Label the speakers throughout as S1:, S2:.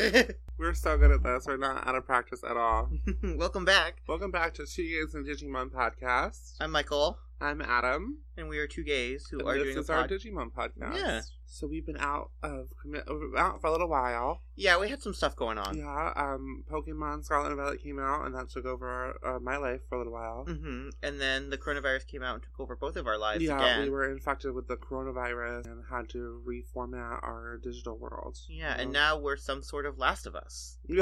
S1: We're so good at this. We're not out of practice at all.
S2: Welcome back.
S1: Welcome back to She Is in Digimon Podcast.
S2: I'm Michael,
S1: I'm Adam.
S2: and we are two gays who
S1: and
S2: Um, are
S1: this
S2: doing a
S1: is our
S2: pod.
S1: Digimon podcast.
S2: Yeah.
S1: So we've been out of commi- uh, out for a little while.
S2: yeah, we had some stuff going on.
S1: Yeah. Um, Pokemon Scarlet and Violet came out, and that took over our, uh, my life for a little while.
S2: hmm And then the coronavirus came out and took over both of our lives
S1: yeah,
S2: again.
S1: we were infected with the coronavirus and had to reformat our digital world.
S2: yeah, and
S1: Um,
S2: now we're some sort of Last of Us.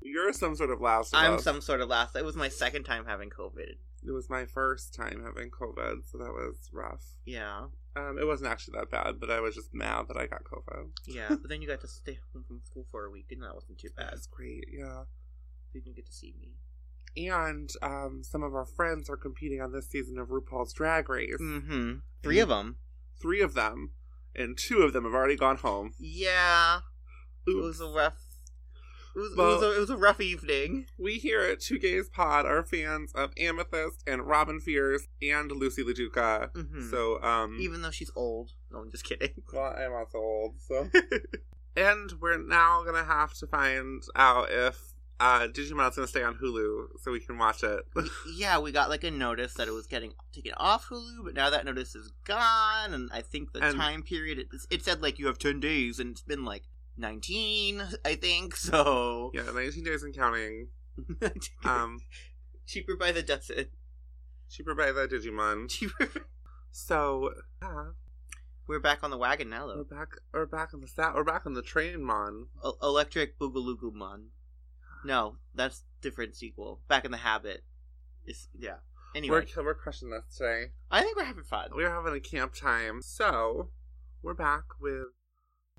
S1: You're some sort of last. of
S2: I'm
S1: us.
S2: some sort of Last. It was my second time having COVID.
S1: It was my first time having COVID, so that was rough.
S2: Yeah,
S1: Um, it wasn't actually that bad, but I was just mad that I got COVID.
S2: yeah. but then you got to stay home from school for a week, and that wasn't too bad.
S1: That's great, yeah.
S2: You didn't get to see me.
S1: And um, some of our friends are competing on this season of RuPaul's Drag Race.
S2: Mm-hmm. Three of them.
S1: Three of them, and two of them have already gone home.
S2: Yeah, it
S1: Oops.
S2: was a rough. It was, it, was
S1: Well-
S2: a, it was a rough evening.
S1: We here at Two Gays Pod are fans of Amethyst and Robin Fierce and Lucy LaDuca.
S2: Mhm.
S1: So, um,
S2: Even though she's old. No, I'm just kidding.
S1: Well, I'm also old, so. and we're now gonna have to find out if uh, Digimon's gonna stay on Hulu so we can watch it.
S2: yeah, we got like a notice that it was getting taken off Hulu, but now that notice is gone, and I think the
S1: And-
S2: time period it, it said like you have ten days, and it's been like nineteen, I think. So
S1: yeah, 19 days and counting. Um,
S2: cheaper by the dozen.
S1: cheaper by the Digimon.
S2: Cheaper.
S1: So yeah,
S2: We're back on the wagon now,
S1: we're
S2: though.
S1: back. We're back on the sat. We're back on the train, mon.
S2: O- Electric Boogaloo Mon. No, that's different sequel. Back in the Habit. Is yeah. Anyway,
S1: We're we're crushing this today.
S2: I think we're having fun.
S1: We're having a camp time. So we're back with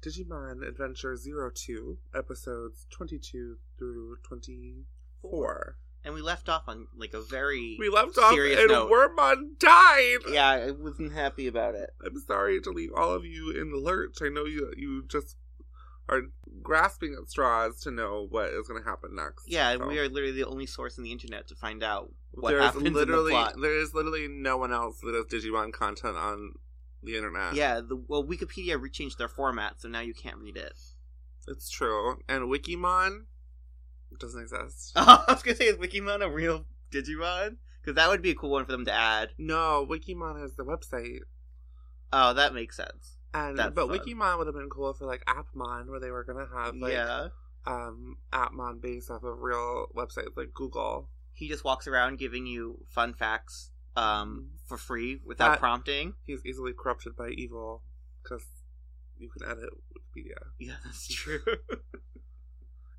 S1: Digimon Adventure 02, episodes 22 through 24.
S2: and we left off on like a very
S1: We left off
S2: serious
S1: and
S2: note.
S1: Wormmon died.
S2: yeah i wasn't happy about it
S1: I'm sorry to leave all of you in the lurch. I know you you just are grasping at straws to know what is going to happen next.
S2: yeah
S1: So,
S2: we are literally the only source on the internet to find out what
S1: there's
S2: happens in the
S1: literally
S2: plot.
S1: there is literally no one else that has Digimon content on the internet.
S2: yeah the, well wikipedia rechanged their format so now you can't read it
S1: it's true. And Wikimon doesn't exist.
S2: i was gonna say is wikimon a real digimon because that would be a cool one for them to add
S1: no, Wikimon is the website.
S2: oh that makes sense
S1: And
S2: That's
S1: but
S2: fun.
S1: Wikimon would have been cool for like Appmon, where they were gonna have like
S2: yeah
S1: um Appmon based off of real websites like Google.
S2: he just walks around giving you fun facts um for free without
S1: That-
S2: prompting
S1: He's easily corrupted by evil because you can edit Wikipedia,
S2: yeah that's true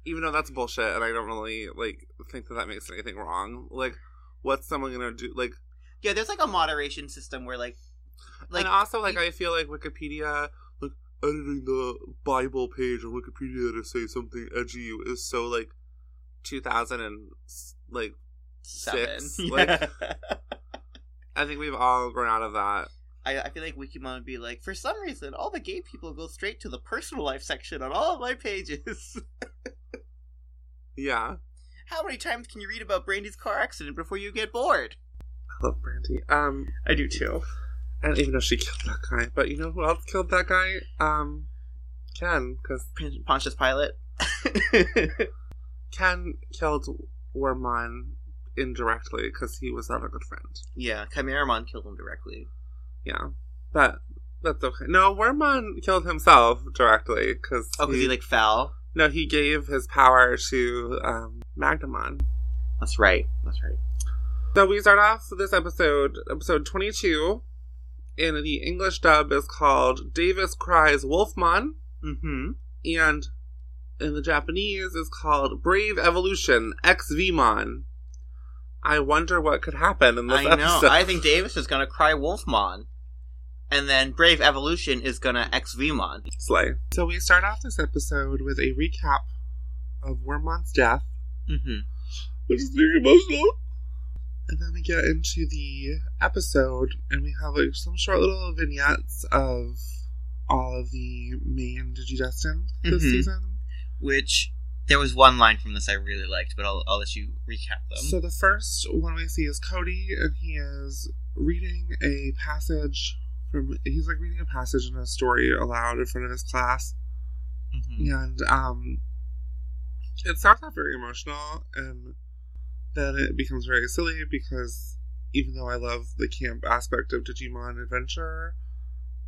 S1: even though that's bullshit, and I don't really like think that that makes anything wrong. Like, what's someone gonna do? Like,
S2: yeah there's like a moderation system where like like
S1: and also like I feel like Wikipedia, like editing the Bible page on Wikipedia to say something edgy is so like two thousand and s- like
S2: seven
S1: six,
S2: Yeah.
S1: I think we've all grown out of that.
S2: I, I feel like Wikimon would be like, for some reason, all the gay people go straight to the personal life section on all of my pages.
S1: Yeah,
S2: How many times can you read about Brandy's car accident before you get bored?
S1: I love Brandy. Um,
S2: I do too.
S1: I don't even know if she killed that guy, but you know who else killed that guy? Um, Ken, because
S2: Pontius Pilate.
S1: Ken killed Wormmon indirectly because he was not a good friend.
S2: yeah, Chimeramon killed him directly.
S1: Yeah, but that's okay. No, Wormmon killed himself directly because
S2: Oh, because he like fell.
S1: no, he gave his power to um, Magnamon.
S2: That's right. That's right.
S1: So we start off this episode, episode twenty-two, and the English dub is called "Davis Cries Wolfmon,"
S2: Mm-hmm.
S1: and in the Japanese is called "Brave Evolution XVmon." I wonder what could happen in this
S2: I know.
S1: episode.
S2: I think Davis is gonna cry Wolfmon, and then Brave Evolution is gonna XVmon.
S1: Slay. So we start off this episode with a recap of Wormmon's death,
S2: Mm-hmm.
S1: which is very emotional. And then we get into the episode, and we have like some short little vignettes of all of the main Digidestin this
S2: Mhm.
S1: season.
S2: Which there was one line from this I really liked, but I'll, I'll let you recap them.
S1: So the first one we see is Cody, and he is reading a passage from. He's like reading a passage in a story aloud in front of his class, Mm-hmm. And um, it starts off very emotional, and then it becomes very silly because even though I love the camp aspect of Digimon Adventure,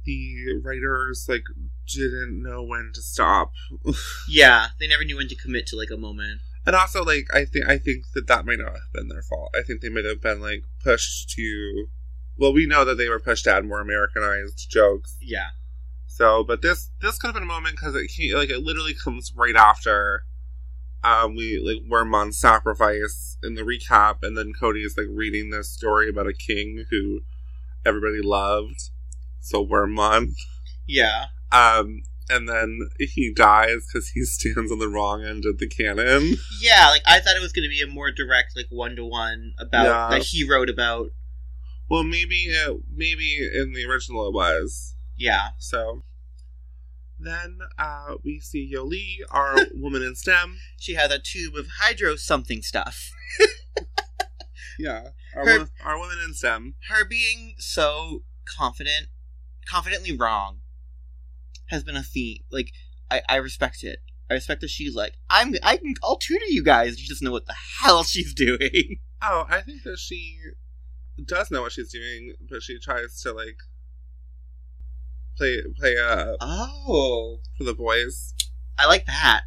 S1: the writers like didn't know when to stop.
S2: yeah, they never knew when to commit to like a moment.
S1: And also, like I think I think that that might not have been their fault. I think they might have been like pushed to. Well, we know that they were pushed to add more Americanized jokes.
S2: Yeah.
S1: So, but this this could have been a moment because it came, like it literally comes right after. Um, we like we're on sacrifice in the recap, and then Cody is like reading this story about a king who everybody loved. So Wormmon.
S2: Yeah.
S1: Um, and then he dies because he stands on the wrong end of the cannon.
S2: Yeah, like I thought it was going to be a more direct, like one to one about
S1: Yeah.
S2: that he wrote about.
S1: Well, maybe it, maybe in the original it was.
S2: Yeah,
S1: So then uh, we see Yoli, our woman in STEM.
S2: she had a tube of hydro something stuff.
S1: Yeah, our,
S2: Her-
S1: wo- our woman in STEM.
S2: Her being so confident, confidently wrong, has been a theme. Like I, I respect it. I respect that she's like I'm. I can. I'll tutor you guys. She doesn't know what the hell she's doing.
S1: Oh, I think that she does know what she's doing, but she tries to like play play up
S2: Oh,
S1: for the boys.
S2: I like that.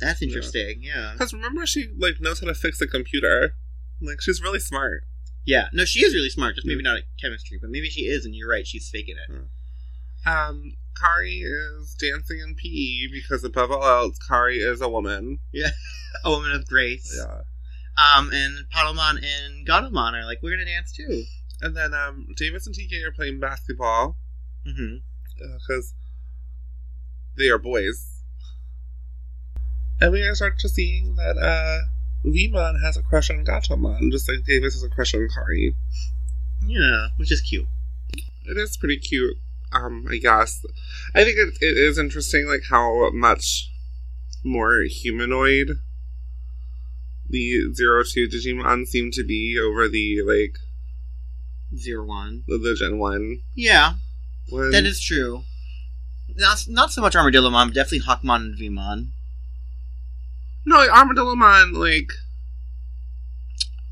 S2: That's interesting. Yeah.
S1: Because remember, she like knows how to fix a computer. Like she's really smart.
S2: Yeah. No, she is really smart. Just maybe not at chemistry, but maybe she is. And you're right. She's faking it.
S1: Um, Kari is dancing in PE because above all else, Kari is a woman.
S2: A woman of grace.
S1: Yeah.
S2: Um, and Padomon and Ganomon are like, we're gonna dance too.
S1: And then um, Davis and TK are playing basketball
S2: Mm-hmm.
S1: because they are boys. And we are starting to seeing that uh, Vimon has a crush on Gatomon, just like Davis has a crush on Kari.
S2: Yeah, which is cute.
S1: It is pretty cute, um, I guess. I think it, it is interesting, like how much more humanoid the zero two Digimon seem to be over the like
S2: Zero one.
S1: the, the Gen One. Um,
S2: Yeah,
S1: one.
S2: that is true. Not not so much Armadillo Mon, but definitely Hawkmon and Vmon.
S1: no like, Armadillomon. Like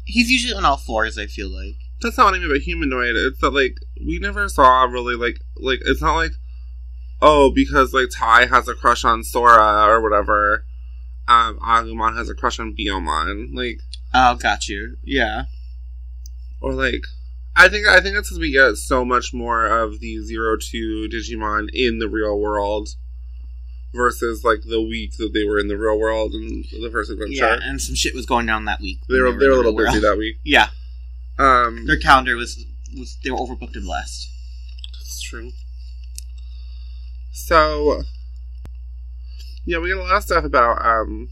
S2: He's usually on all fours. I feel like.
S1: that's not what I mean by humanoid. It's that like we never saw really like like it's not like oh because like Ty has a crush on Sora or whatever. Um, Agumon has a crush on Biomon. Like
S2: Oh, got you. Yeah.
S1: or like I think I think that's because we get so much more of the zero two Digimon in the real world versus like the week that they were in the real world and the first adventure.
S2: Yeah, and some shit was going down that week.
S1: They were
S2: when
S1: they were a
S2: in
S1: little
S2: the
S1: busy
S2: world.
S1: that week.
S2: Yeah,
S1: Um,
S2: their calendar was was they were overbooked and blessed.
S1: That's true. So, yeah, we get a lot of stuff about um,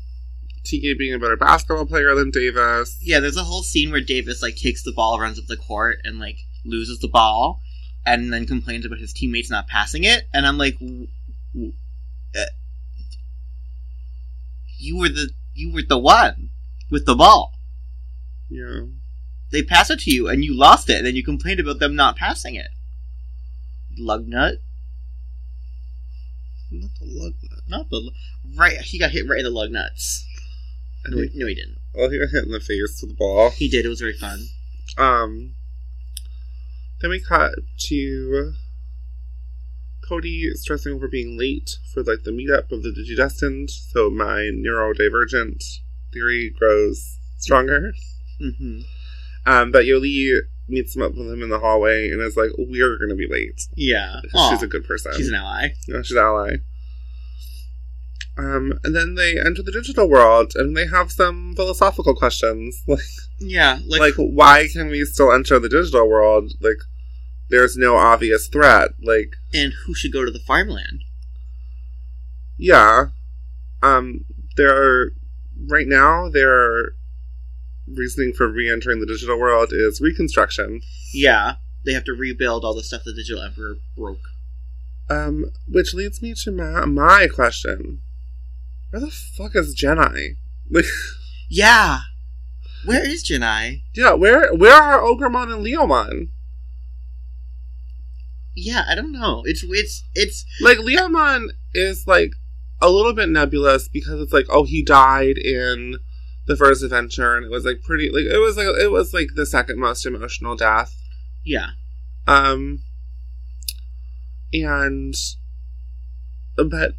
S1: TK being a better basketball player than Davis.
S2: Yeah, there's a whole scene where Davis like takes the ball, runs up the court, and like loses the ball, and then complains about his teammates not passing it. And I'm like, w- w- uh, you were the you were the one with the ball.
S1: Yeah.
S2: They passed it to you, and you lost it. And then you complained about them not passing it. Lugnut,
S1: Not the lug nut.
S2: not the lu- right. He got hit right in the lug nuts. No, he- no, he didn't.
S1: Well, Oh, he got hit in the face with the ball.
S2: He did. It was very fun.
S1: Um, then we cut to Cody stressing over being late for like the meetup of the Digidestined. So my neurodivergent theory grows stronger.
S2: hmm
S1: Um, but Yoli meets him up with him in the hallway and is like, "We're gonna be late."
S2: Yeah,
S1: 'Cause
S2: Aw,
S1: She's a good person.
S2: she's an ally.
S1: You know, she's an ally. Um, and then they enter the digital world and they have some philosophical questions, like,
S2: Yeah,
S1: like why can we still enter the digital world? Like, there's no obvious threat. Like,
S2: and who should go to the farmland.
S1: yeah, um, there are right now their reasoning for re-entering the digital world is reconstruction.
S2: Yeah, they have to rebuild all the stuff the digital emperor broke.
S1: Um, which leads me to my, my question: Where the fuck is Jedi? Like,
S2: Yeah, where is Janai?
S1: yeah, where where are Ogremon and Leomon?
S2: Yeah, I don't know. It's it's it's
S1: Like Leomon is like a little bit nebulous because it's like, oh, he died in the first adventure, and it was like pretty, like it was like it was like the second most emotional death.
S2: Yeah.
S1: Um, and but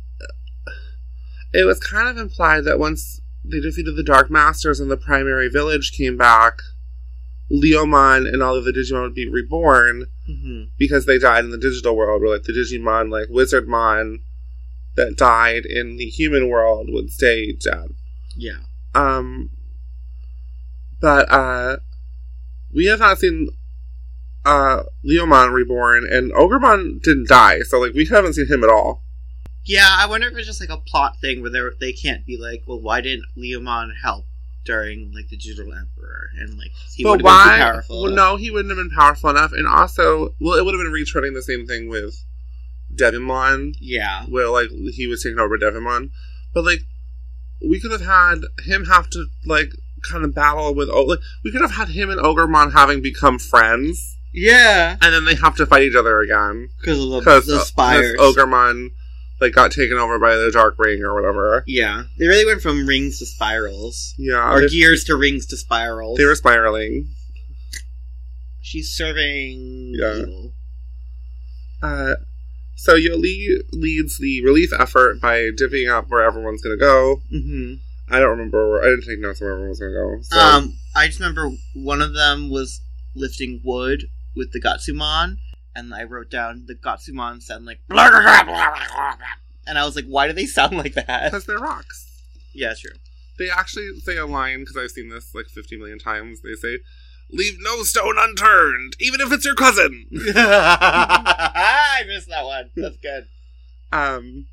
S1: it was kind of implied that once they defeated the Dark Masters and the primary village came back, Leomon and all of the Digimon would be reborn
S2: hmm
S1: because they died in the digital world. Where like the Digimon, like Wizardmon, that died in the human world would stay dead.
S2: Yeah.
S1: Um, but uh, we have not seen uh Leomon reborn, and Ogremon didn't die, so like we haven't seen him at all.
S2: Yeah, I wonder if it's just like a plot thing where they they can't be like, well, why didn't Leomon help during like the digital emperor and like he would
S1: but
S2: have been
S1: why?
S2: too powerful?
S1: Well, no, he wouldn't have been powerful enough, and also, well, it would have been retreading the same thing with Devimon,
S2: Yeah.
S1: where like he was taken over Devimon, but like we could have had him have to like kind of battle with O like we could have had him and Ogremon having become friends,
S2: Yeah.
S1: and then they have to fight each other again.
S2: Because of the,
S1: because
S2: the spires.
S1: Ogremon like got taken over by the Dark Ring or whatever.
S2: yeah. They really went from rings to spirals.
S1: Yeah,
S2: Or
S1: they,
S2: gears to rings to spirals.
S1: they were spiraling.
S2: She's serving
S1: Yeah.
S2: evil.
S1: Uh, so Yoli leads the relief effort by divvying up where everyone's gonna go.
S2: hmm
S1: I don't remember. Where, I didn't take notes on where everyone was gonna go. So,
S2: Um, I just remember one of them was lifting wood with the Gatsumon, and I wrote down the Gatsumon sound like and I was like, why do they sound like that?
S1: because they're rocks.
S2: yeah, true.
S1: They actually say a line because I've seen this like fifty million times. They say, "Leave no stone unturned, even if it's your cousin."
S2: I missed that one. That's good.
S1: Um.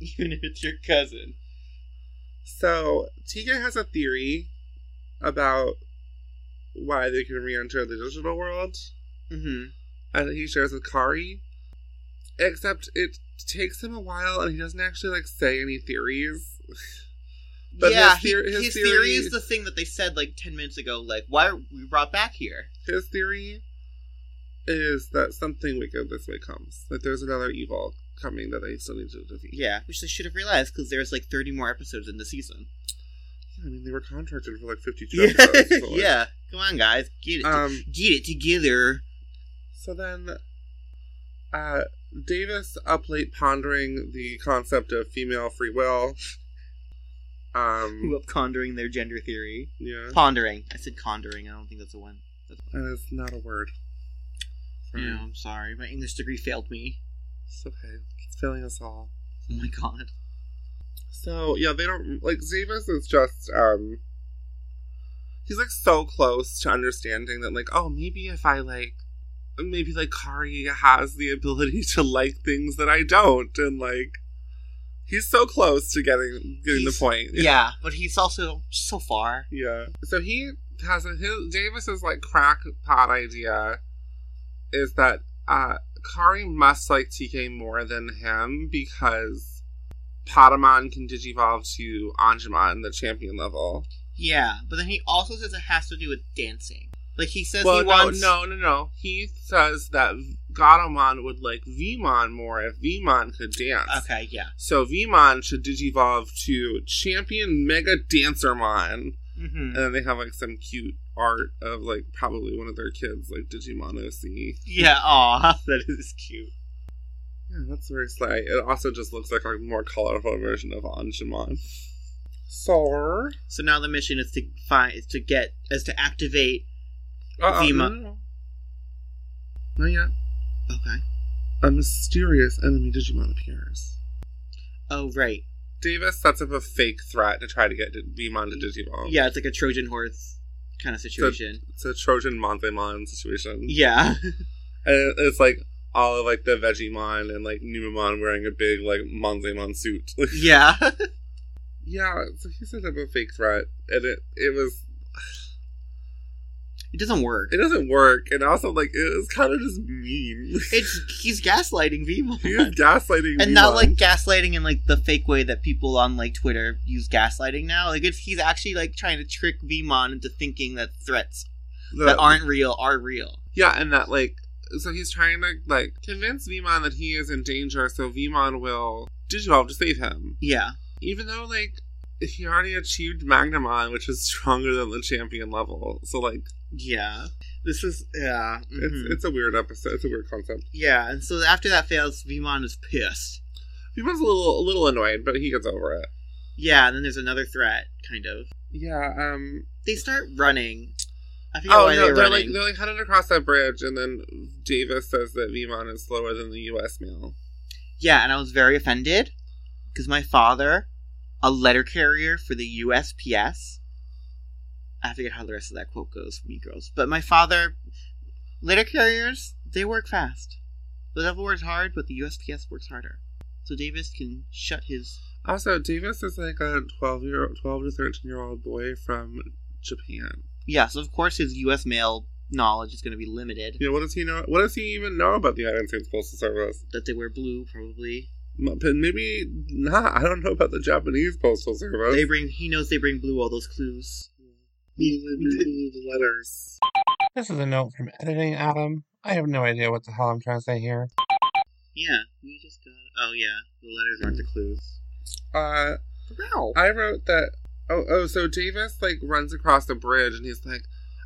S2: Even if it's your cousin.
S1: So Tika has a theory about why they can re-enter the digital world,
S2: hmm
S1: and he shares with Kari. Except it takes him a while, and he doesn't actually like say any theories. But
S2: yeah,
S1: his theor-
S2: he-
S1: his
S2: his, theory,
S1: theory-
S2: is the thing that they said like ten minutes ago. Like, why are we brought back here?
S1: His theory is that something wicked this way comes, that there's another evil coming that they still need to defeat.
S2: Yeah, which they should have realized because there's like thirty more episodes in the season.
S1: I mean, they were contracted for like 52
S2: Yeah,
S1: episodes. so, like,
S2: yeah. Come on, guys, get it,
S1: Um,
S2: get it together.
S1: So then, uh, Davis up late pondering the concept of female free will.
S2: Who
S1: Um,
S2: up conjuring their gender theory?
S1: yeah,
S2: Pondering. I said conjuring. I don't think that's a one. That's
S1: and it's not a word. Sorry.
S2: Yeah, I'm sorry. My English degree failed me.
S1: It's okay. It's failing us all.
S2: Oh my god.
S1: So yeah, they don't like Davis is just um. He's like so close to understanding that like oh maybe if I like maybe like Kari has the ability to like things that I don't and like he's so close to getting getting
S2: He's-
S1: the point.
S2: Yeah, but he's also so far.
S1: Yeah. So he has a, his Davis's like crackpot idea is that uh Kari must like TK more than him because Patamon can digivolve to Anjumon, the champion level.
S2: Yeah, but then he also says it has to do with dancing. Like he says
S1: Well,
S2: he
S1: no,
S2: wants.
S1: no, no, no. He says that Gatomon would like Vimon more if Vimon could dance.
S2: Okay, yeah.
S1: So Vimon should digivolve to Champion Mega Dancermon.
S2: hmm
S1: And then they have like some cute art of like probably one of their kids, like Digimon OC.
S2: Yeah. Aw, that is cute.
S1: Yeah, that's very sly. It also just looks like a more colorful version of Anjumon. So,
S2: So now the mission is to find, is to get, is to activate.
S1: uh,
S2: Vima-
S1: No, no, no. Not yet.
S2: Okay.
S1: A mysterious enemy Digimon appears.
S2: Oh right.
S1: Davis sets up a fake threat to try to get Di- Vimon to Digivolve.
S2: Yeah, it's like a Trojan horse kind of situation.
S1: It's a Trojan Monthemon situation.
S2: yeah.
S1: And it's like all of like the Vegemon and like Numamon wearing a big like Monthemon suit.
S2: yeah.
S1: Yeah, so he set up a fake threat, and it it was
S2: It doesn't work.
S1: it doesn't work, and also like it was kind of just mean.
S2: It's he's gaslighting
S1: he
S2: Vimon.
S1: was gaslighting,
S2: And not
S1: Elon.
S2: like gaslighting in like the fake way that people on like Twitter use gaslighting now. Like it's he's actually like trying to trick Vimon into thinking that threats
S1: The-
S2: that aren't real are real.
S1: yeah, and that like so he's trying to like convince Vimon that he is in danger, so Vimon will Digivolve to save him.
S2: Yeah.
S1: Even though, like, he already achieved Magnemon, which is stronger than the champion level. So, like,
S2: Yeah. This is yeah. mhm.
S1: it's, it's a weird episode. It's a weird concept.
S2: yeah, and so after that fails, Vimon is pissed.
S1: Vimon's a little, a little annoyed, but he gets over it.
S2: Yeah, and then there's another threat, kind of.
S1: Yeah, um,
S2: They start running. I forget
S1: Oh
S2: why
S1: no,
S2: they're,
S1: they're like
S2: running.
S1: they're like headed across that bridge, and then Davis says that Vimon is slower than the U.S. mail.
S2: Yeah, and I was very offended because my father, a letter carrier for the USPS, I forget how the rest of that quote goes for me girls, but my father, letter carriers, they work fast. The devil works hard, but the USPS works harder. So Davis can shut his.
S1: Also, Davis is like a twelve year twelve to thirteen year old boy from Japan.
S2: Yeah, so of course his US mail knowledge is going to be limited.
S1: Yeah, what does he know? What does he even know about the United States Postal Service?
S2: That they wear blue, probably.
S1: M- but Maybe not. I don't know about the Japanese Postal Service.
S2: They bring. He knows they bring blue. All those clues.
S1: the letters.
S3: This is a note from editing, Adam. I have no idea what the hell I'm trying to say here.
S2: Yeah, we just got. Oh yeah, the letters aren't the clues.
S1: Uh,
S2: Wow.
S1: I wrote that. Oh, oh. So Davis like runs across the bridge, and he's like,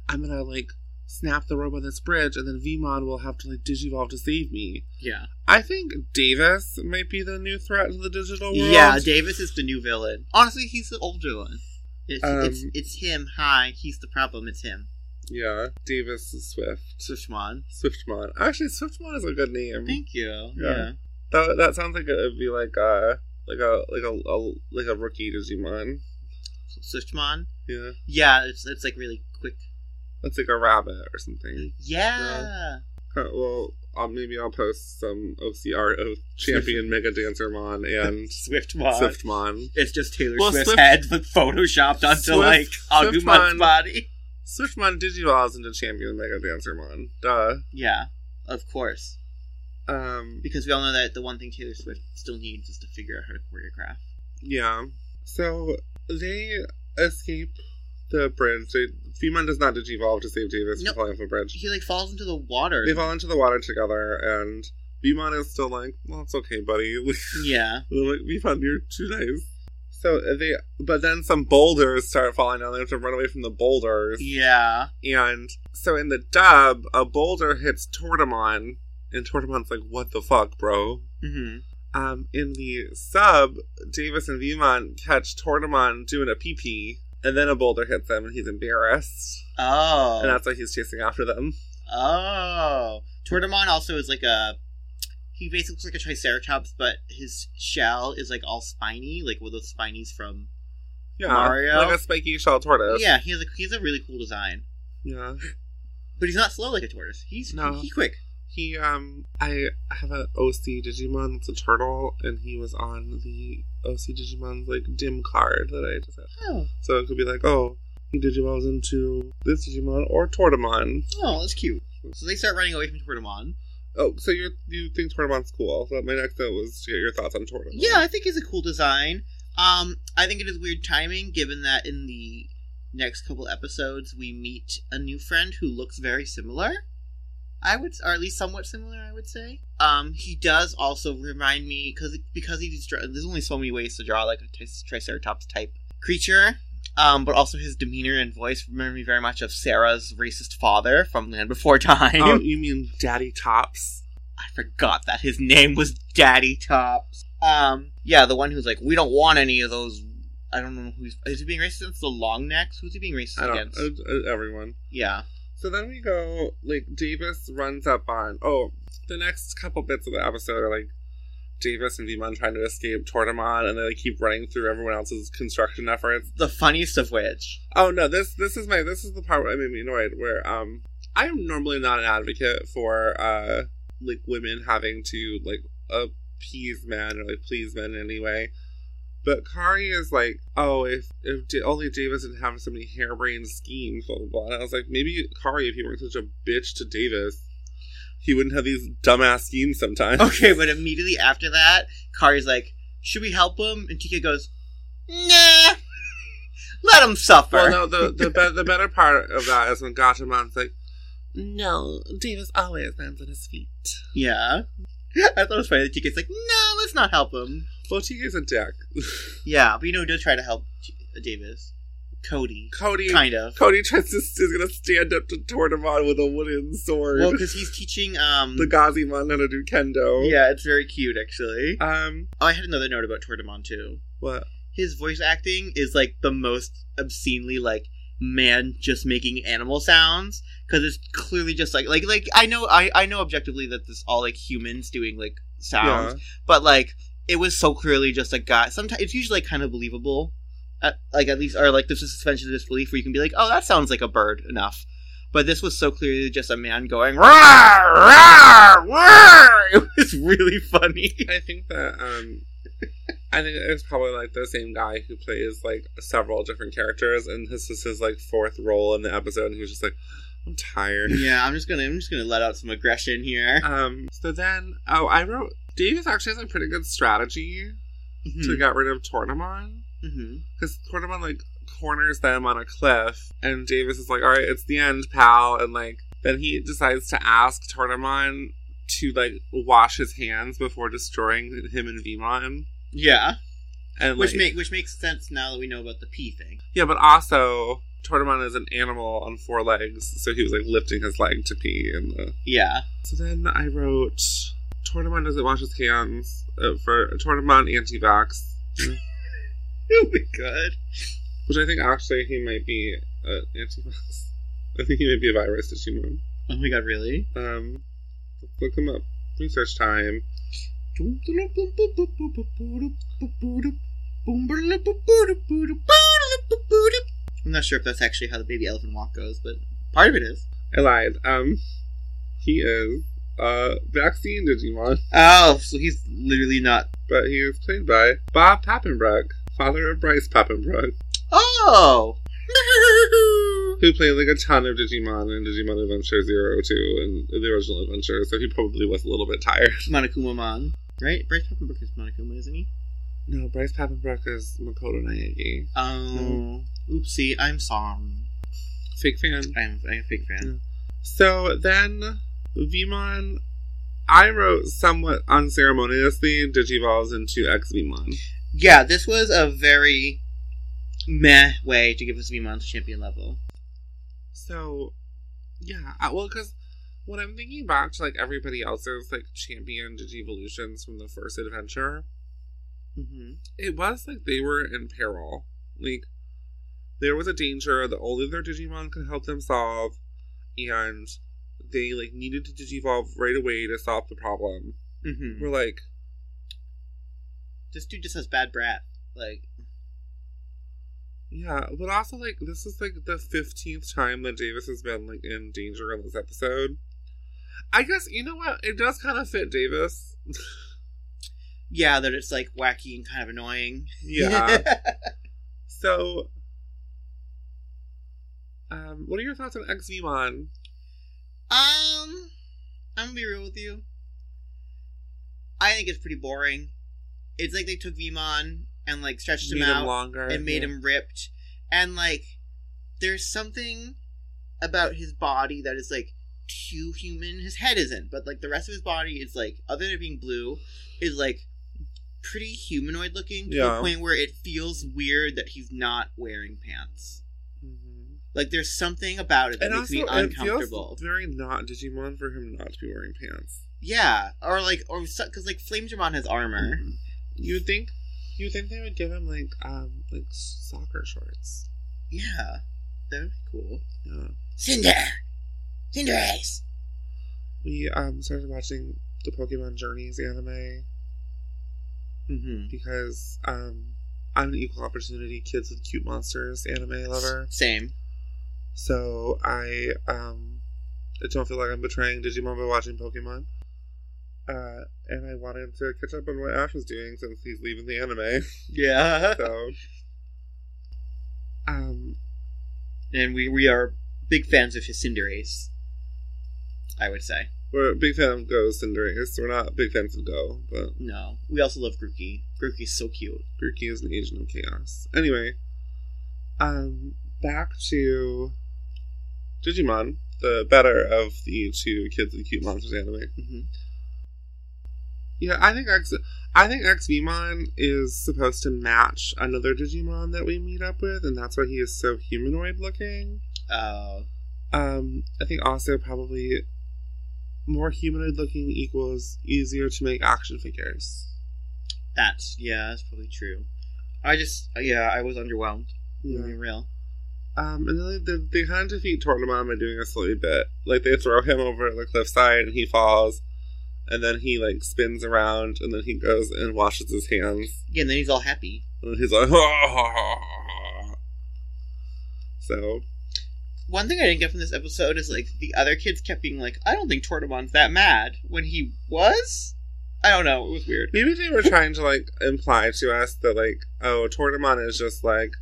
S1: "I'm gonna like snap the rope on this bridge, and then Vmon will have to like digivolve to save me."
S2: Yeah.
S1: I think Davis might be the new threat to the digital world.
S2: Yeah, Davis is the new villain. Honestly, he's the old villain. It's,
S1: Um,
S2: it's, it's him. Hi, he's the problem. It's him.
S1: yeah. Davis is Swift.
S2: Swishmon.
S1: Mm-hmm. Swiftmon. Actually, Swiftmon is a good name.
S2: Thank you.
S1: Yeah.
S2: Yeah.
S1: That, that sounds like it would be like a like a like a, a like a rookie Digimon.
S2: Swishmon.
S1: Yeah,
S2: Yeah, it's it's like really quick.
S1: it's like a rabbit or something.
S2: Yeah.
S1: Uh, well, I'll, maybe I'll post some OCR of champion Mega Dancermon and
S2: Swiftmon.
S1: Swiftmon.
S2: It's just Taylor
S1: Well,
S2: Swift's
S1: Swift-
S2: head but photoshopped onto
S1: Swift-
S2: like Agumon's
S1: Swiftmon.
S2: body.
S1: Swiftmon Digivolves into champion Mega Dancermon. Duh.
S2: Yeah, of course.
S1: Um.
S2: Because we all know that the one thing Taylor Swift still needs is to figure out how to choreograph.
S1: Yeah. So they escape the bridge. They, Femon does not digivolve to save Davis
S2: Nope.
S1: from falling off the bridge.
S2: He like falls into the water.
S1: They fall into the water together, and Vemon is still like, "Well, it's okay, buddy. Like,
S2: Yeah.
S1: Vemon, you're too nice." So they, but then some boulders start falling down. They have to run away from the boulders,
S2: Yeah.
S1: and so in the dub, a boulder hits Tortamon, and Tortamon's like, "What the fuck, bro?"
S2: hmm
S1: Um, in the sub, Davis and Vimon catch Tortamon doing a pee pee, and then a boulder hits him, and he's embarrassed,
S2: Oh.
S1: and that's why he's chasing after them.
S2: Oh, Tortamon also is like a. He basically looks like a Triceratops, but his shell is like all spiny, like with those spinies from.
S1: Yeah,
S2: Mario?
S1: like a spiky shell tortoise.
S2: Yeah, he has a he has a really cool design,
S1: yeah.
S2: but he's not slow like a tortoise. He's
S1: No.
S2: he quick.
S1: He um, I have an OC Digimon that's a turtle, and he was on the OC Digimon's like dim card that I just had.
S2: Oh,
S1: So it could be like, oh, he Digivolves into this Digimon or Tortamon.
S2: oh, that's cute. So they start running away from Tortamon.
S1: Oh, so you you think Tortamon's cool? So my next note was to get your thoughts on Tortamon.
S2: Yeah, I think it's a cool design. Um, I think it is weird timing, given that in the next couple episodes we meet a new friend who looks very similar. I would, or at least somewhat similar, I would say. Um, he does also remind me because because he's dra- there's only so many ways to draw like a tri- Triceratops type creature. Um, but also his demeanor and voice remind me very much of Sarah's racist father from Land Before Time.
S1: Oh, you mean Daddy Tops?
S2: I forgot that his name was Daddy Tops. Um, yeah, the one who's like, we don't want any of those. I don't know who's is he being racist against the long necks? Who's he being racist
S1: I don't
S2: against?
S1: uh, uh, everyone.
S2: yeah,
S1: So then we go like Davis runs up on oh the next couple bits of the episode are like Davis and Vimon trying to escape Tortamon and they like keep running through everyone else's construction efforts.
S2: the funniest of which.
S1: Oh no, this this is my this is the part where I made me annoyed where um I am normally not an advocate for uh like women having to like appease men or like please men in any way. But Kari is like, oh, if if D- only Davis didn't have so many harebrained schemes, blah blah blah. And I was like, maybe Kari, if he weren't such a bitch to Davis, he wouldn't have these dumbass schemes sometimes.
S2: Okay, but immediately after that, Kari's like, should we help him? And Tika goes, nah, let him suffer.
S1: Well, no, the the, be- the better part of that is when Gachamon's like, no, Davis always lands on his feet.
S2: Yeah, I thought it was funny. The TK's like, no, let's not help him.
S1: Well, TK's a dick.
S2: Yeah, but you know, who does try to help J- Davis. Cody.
S1: Cody.
S2: Kind of.
S1: Cody tries to, is going to stand up to Tornamon with a wooden sword.
S2: Well, because he's teaching. um
S1: the Gazimon how to do kendo.
S2: Yeah, it's very cute, actually.
S1: Um.
S2: oh, I had another note about Tortamon, too.
S1: What?
S2: His voice acting is like the most obscenely, like, man just making animal sounds because it's clearly just like like like i know i i know objectively that this all like humans doing like sounds
S1: Yeah.
S2: but like it was so clearly just a guy. Sometimes it's usually like, kind of believable, at, like at least or like there's a suspension of disbelief where you can be like, oh, that sounds like a bird enough. But this was so clearly just a man going rawr, rawr, rawr. It was really funny.
S1: I think that um, I think it's probably like the same guy who plays like several different characters, and this is his like fourth role in the episode, and he was just like, I'm tired.
S2: Yeah, I'm just gonna I'm just gonna let out some aggression here.
S1: Um. So then, oh, I wrote Davis actually has a pretty good strategy
S2: Mm-hmm,
S1: to get rid of Tornamon
S2: hmm
S1: because Tornamon like corners them on a cliff, and Davis is like, "All right, it's the end, pal," and like then he decides to ask Tornamon to like wash his hands before destroying him and Vimon.
S2: Yeah,
S1: And
S2: which
S1: like,
S2: make which makes sense now that we know about the pee thing.
S1: Yeah, but also Tortamon is an animal on four legs, so he was like lifting his leg to pee. And the...
S2: Yeah,
S1: so then I wrote Tortamon doesn't wash his hands uh, for Tortamon anti-vax,
S2: it'll be good.
S1: which I think actually he might be uh, anti-vax. I think he might be a virus Digimon.
S2: Oh my god, really?
S1: Um, look him up. Research time.
S2: I'm not sure if that's actually how the baby elephant walk goes, but part of it is.
S1: I lied. Um, he is a vaccine Digimon,
S2: Oh, so he's literally not.
S1: but he is played by Bob Pappenbrook, father of Bryce Pappenbrook.
S2: Oh!
S1: who played like a ton of Digimon and Digimon Adventure Zero Two and the original Adventure, so he probably was a little bit tired.
S2: Monokuma Mon. Right? Bryce Peppenbrook is Monokuma, isn't he?
S1: No, Bryce Pappenbrook is Makoto Naegi.
S2: Oh. Oopsie, I'm sorry.
S1: Fake fan.
S2: I'm, I'm a big fan.
S1: So then Vimon I wrote somewhat unceremoniously Digivolves into X Vimon.
S2: Yeah, this was a very meh way to give us Vimon to champion level.
S1: So yeah, uh, well because when I'm thinking back to like everybody else's like champion Digivolutions from the first adventure,
S2: Mm-hmm.
S1: it was like they were in peril. Like there was a danger that only their Digimon could help them solve, and they like needed to digivolve right away to solve the problem.
S2: Mm-hmm.
S1: We're like,
S2: This dude just has bad breath. Like,
S1: yeah, but also like this is like the fifteenth time that Davis has been like in danger in this episode. I guess you know what? It does kind of fit Davis.
S2: yeah, that it's like wacky and kind of annoying.
S1: Yeah. so, um, what are your thoughts on Xvmon?
S2: Um, I'm gonna be real with you. I think it's pretty boring. It's like they took Vimon and like stretched him
S1: Made
S2: out
S1: longer
S2: and made
S1: yeah.
S2: him ripped, and like there's something about his body that is like too human. His head isn't, but like the rest of his body is like, other than being blue, is like pretty humanoid looking to
S1: Yeah.
S2: the point where it feels weird that he's not wearing pants.
S1: Mhm.
S2: Like there's something about it that makes me uncomfortable.
S1: It feels very not Digimon for him not to be wearing pants.
S2: Yeah, or like, or because like Flame Jamon has armor.
S1: You think, you think they would give him like um like soccer shorts?
S2: Yeah, that would be cool.
S1: Yeah.
S2: Cinder, Cinderace.
S1: We um started watching the Pokemon Journeys anime
S2: Mm-hmm.
S1: because um I'm an equal opportunity kids with cute monsters anime lover.
S2: Same.
S1: So I um I don't feel like I'm betraying Digimon by watching Pokemon. Uh, and I wanted to catch up on what Ash was doing since he's leaving the anime.
S2: Yeah,
S1: So, um,
S2: and we we are big fans of his Cinderace. I would say
S1: We're a big fan of Go Cinderace. We're not big fans of Go, but
S2: no. We also love Grookey. Grookey's so cute.
S1: Grookey is an agent of chaos. Anyway, um, back to Digimon, the better of the two Kids and Cute Monsters anime.
S2: Mm-hmm.
S1: Yeah, I think X. I think Xvmon is supposed to match another Digimon that we meet up with, and that's why he is so humanoid looking.
S2: Oh,
S1: Um, I think also probably more humanoid looking equals easier to make action figures.
S2: that's yeah, that's probably true. I just yeah, I was underwhelmed. Yeah.
S1: Yeah.
S2: real.
S1: Um, and then they, they kind of defeat Tornamon by doing a silly bit. Like they throw him over the cliffside and he falls, and then he like spins around and then he goes and washes his hands
S2: Yeah, and then he's all happy.
S1: and he's like, so
S2: One thing I didn't get from this episode is like the other kids kept being like, "I don't think Tortomon's that mad," when he was. I don't know. It was weird.
S1: Maybe they were trying to like imply to us that like, oh, Tornamon is just like,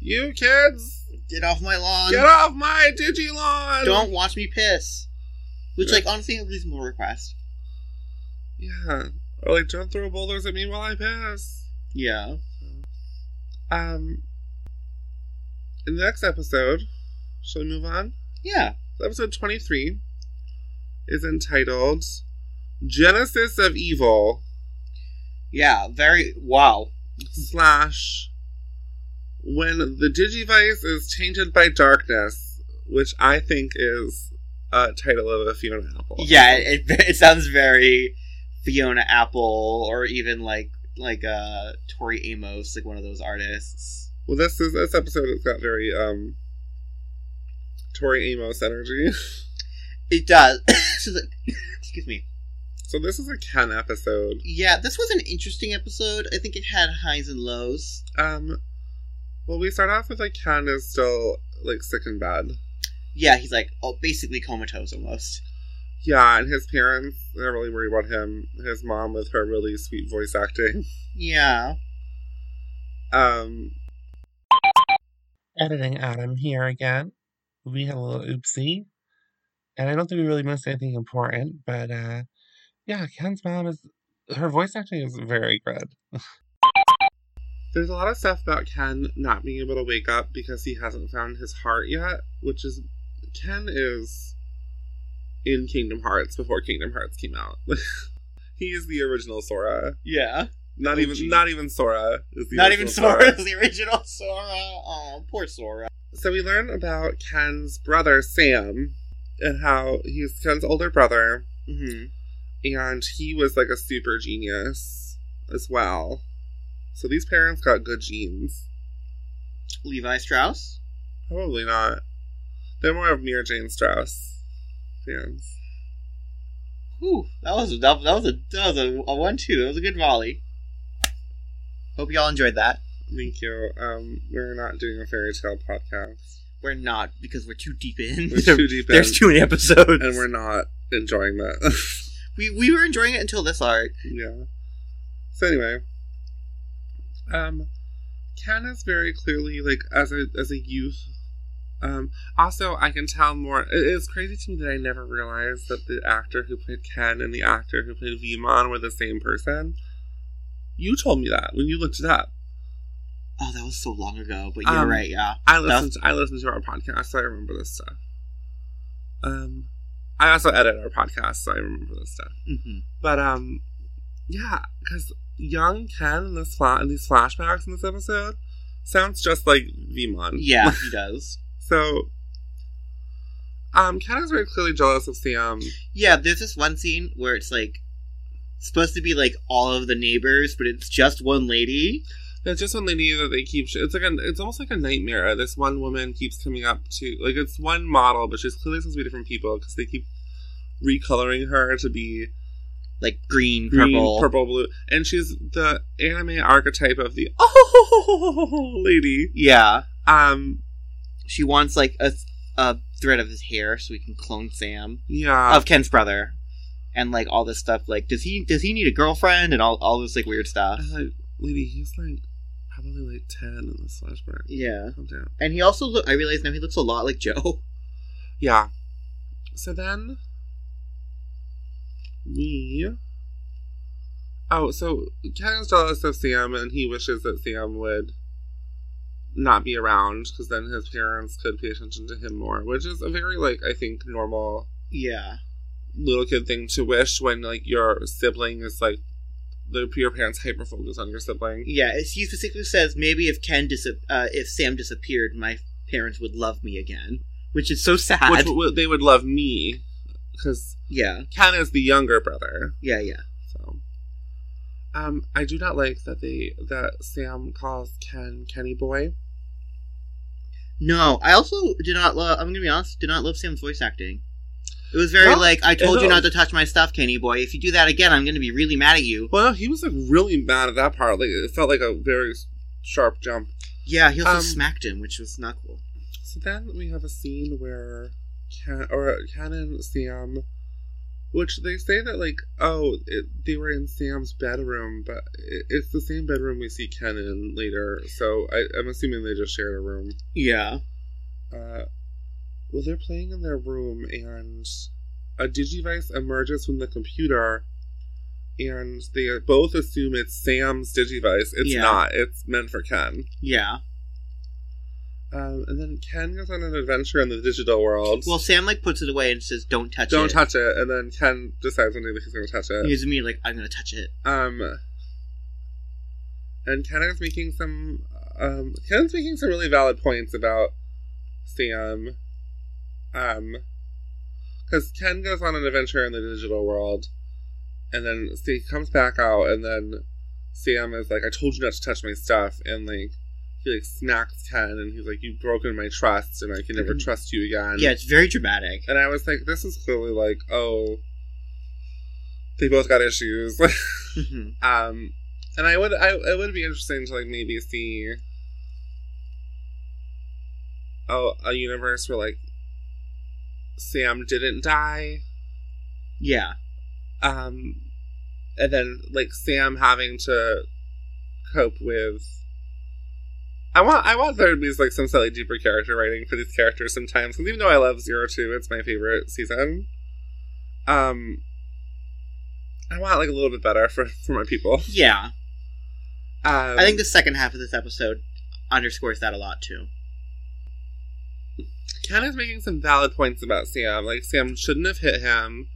S1: you kids,
S2: Get off my lawn!
S1: get off my Digilon.
S2: Um, Don't watch me piss. Which, like, honestly, a reasonable request.
S1: Yeah. Or like, don't throw boulders at me while I pass.
S2: Yeah.
S1: Um. In the next episode, shall we move on?
S2: Yeah.
S1: Episode twenty-three is entitled "Genesis of Evil."
S2: Yeah. Very. Wow.
S1: slash when the digivice is tainted by darkness which i think is a title of a fiona apple
S2: Yeah. It, it sounds very Fiona Apple or even like like uh Tori Amos, like one of those artists.
S1: well this is this episode has got very um tori amos energy
S2: It does. She's like, excuse me.
S1: so this is a ken episode
S2: Yeah, this was an interesting episode. I think it had highs and lows.
S1: um well we start off with like ken is still like sick in bed
S2: Yeah, he's like oh, basically comatose almost.
S1: yeah and his parents they're really worried about him his mom with her really sweet voice acting
S2: Yeah.
S1: um
S3: Editing Adam here again. We had a little oopsie. And I don't think we really missed anything important, but uh yeah, Ken's mom is her voice acting is very good.
S1: There's a lot of stuff about Ken not being able to wake up because he hasn't found his heart yet, which is Ken is in Kingdom Hearts before Kingdom Hearts came out. he is the original Sora.
S2: Yeah.
S1: Not
S2: Oh,
S1: even
S2: gee.
S1: not even Sora is the
S2: Not
S1: original
S2: even Sora, the original Sora. Oh, poor Sora.
S1: So we learn about Ken's brother Sam and how he's Ken's older brother
S2: hmm
S1: and he was like a super genius as well. So these parents got good genes.
S2: Levi Strauss.
S1: Probably not. They're more of Mira Jane Strauss fans.
S2: Whew, that was a that, that was a that was a, a one-two. That was a good volley. Hope y'all enjoyed that.
S1: Thank you. Um, we're not doing a fairy tale podcast.
S2: We're not because we're too deep in.
S1: We're too deep in,
S2: There's too many episodes,
S1: and we're not enjoying that.
S2: we we were enjoying it until this arc.
S1: yeah. So anyway, um, Ken is very clearly like as a as a youth. Um, also, I can tell more. it- It's crazy to me that I never realized that the actor who played Ken and the actor who played Vimon were the same person. You told me that when you looked it up.
S2: Oh, that was so long ago. But you're
S1: Um,
S2: right. Yeah.
S1: I listen. To, I listen to our podcast, so I remember this stuff. Um, I also edit our podcast, so I remember this stuff.
S2: hmm
S1: But um, yeah, because young Ken in this fla- in these flashbacks in this episode sounds just like Vimon.
S2: Yeah, he does.
S1: So, um, Ken is very clearly jealous of Sam.
S2: Yeah, there's this one scene where it's like supposed to be like all of the neighbors, but it's just one lady.
S1: It's just when they need that they keep. Sh- it's like a, it's almost like a nightmare. This one woman keeps coming up to like it's one model, but she's clearly supposed to be different people because they keep recoloring her to be
S2: Like green,
S1: green,
S2: purple.
S1: purple. blue, and she's the anime archetype of the oh lady.
S2: Yeah.
S1: Um,
S2: She wants like a, a thread of his hair so we can clone Sam
S1: yeah,
S2: of Ken's brother, and like all this stuff. Like, does he does he need a girlfriend and all all this like weird stuff?
S1: And, like lady, he's like probably like ten in this flashback.
S2: Yeah,
S1: Calm down.
S2: and he also look. I realize now he looks a lot like Joe.
S1: Yeah. So then we. Oh, so Ken is jealous of Sam, and he wishes that Sam would not be around because then his parents could pay attention to him more, which is a very like I think normal
S2: Yeah,
S1: little kid thing to wish when like your sibling is like the your parents hyper focus on your sibling.
S2: Yeah, it's- he specifically says maybe if Ken dis- uh, if Sam disappeared, my parents would love me again, which is so sad.
S1: Which w- they would love me because
S2: yeah,
S1: Ken is the younger brother.
S2: yeah, yeah.
S1: So, um, I do not like that they that Sam calls Ken Kenny boy.
S2: No, I also did not love. I'm gonna be honest, did not love Sam's voice acting. It was very
S1: No,
S2: like I told you
S1: no.
S2: not to touch my stuff, Kenny boy. If you do that again, I'm gonna be really mad at you.
S1: Well, he was like really mad at that part. Like it felt like a very s- sharp jump.
S2: Yeah, he also
S1: Um,
S2: smacked him, which was not cool.
S1: So then we have a scene where Ken or uh, Ken and Sam, which they say that like oh it, they were in Sam's bedroom, but it, it's the same bedroom we see Ken in later. So I, I'm assuming they just shared a room.
S2: Yeah,
S1: Uh, well, they're playing in their room, and a digivice emerges from the computer, and they both assume it's Sam's digivice. It's
S2: Yeah.
S1: not. It's meant for Ken.
S2: yeah.
S1: Um, and then Ken goes on an adventure in the digital world.
S2: Well, Sam like puts it away and says, "Don't touch
S1: don't
S2: it."
S1: touch it. And then Ken decides one day that he's going to touch it.
S2: He's immediately like, "I'm gonna touch it."
S1: Um, and Ken is making some. Um, Ken's making some really valid points about Sam. Um, because Ken goes on an adventure in the digital world, and then he comes back out, and then Sam is like, "I told you not to touch my stuff," and like he like smacks Ken, and he's like, "You've broken my trust, and I can never
S2: Mhm.
S1: trust you again."
S2: Yeah, it's very dramatic.
S1: And I was like, "This is clearly like, oh, they both got issues."
S2: Mhm.
S1: Um, and I would, I it would be interesting to like maybe see a, a universe where like Sam didn't die,
S2: yeah,
S1: um, and then like Sam having to cope with. I want, I want there to be like some slightly deeper character writing for these characters sometimes. Because even though I love Zero Two, it's my favorite season. Um, I want like a little bit better for for my people.
S2: yeah.
S1: Um,
S2: I think the second half of this episode underscores that a lot too.
S1: Ken is making some valid points about Sam. Like Sam shouldn't have hit him,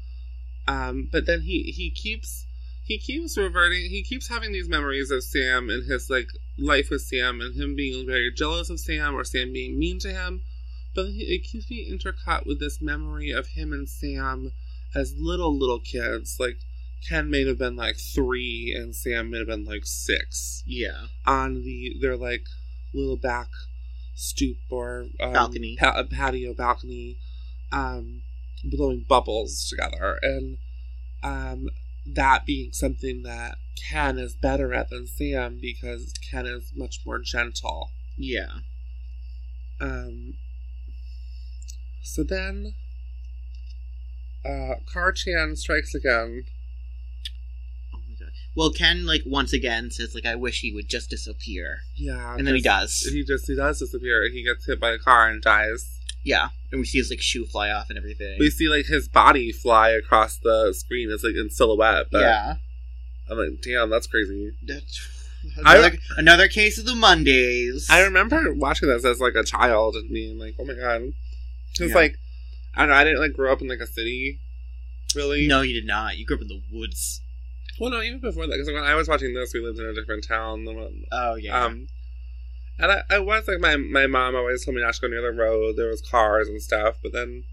S1: um, but then he he keeps he keeps reverting. He keeps having these memories of Sam and his like life with Sam and him being very jealous of Sam or Sam being mean to him. But then he, it keeps being intercut with this memory of him and Sam as little little kids. Like Ken may have been like three and Sam may have been like six
S2: Yeah,
S1: on the their like little back stoop or um,
S2: Balcony.
S1: pa- a patio balcony, um, blowing bubbles together, and um, that being something that Ken is better at than Sam because Ken is much more gentle.
S2: yeah.
S1: Um, so then, uh, Car Chan strikes again.
S2: Oh my god. Well, Ken like once again says like, "I wish he would just disappear,"
S1: Yeah,
S2: and then he
S1: just-
S2: does.
S1: He just he does disappear. He gets hit by a car and dies.
S2: Yeah, and we see his like shoe fly off and everything.
S1: We see like his body fly across the screen. It's like in silhouette. But
S2: yeah.
S1: I'm like, damn, that's crazy.
S2: That's-
S1: I-
S2: Another, another case of the Mondays.
S1: I remember watching this as like a child and being like, oh my god, because
S2: Yeah.
S1: like I don't know, I didn't like grow up in like a city, really.
S2: No, you did not. You grew up in the woods.
S1: Well, no, even before that, because when I was watching this, we lived in a different town. than what-
S2: Oh yeah.
S1: Um, and I, I was like, my my mom always told me not to go near the road. There was cars and stuff. But then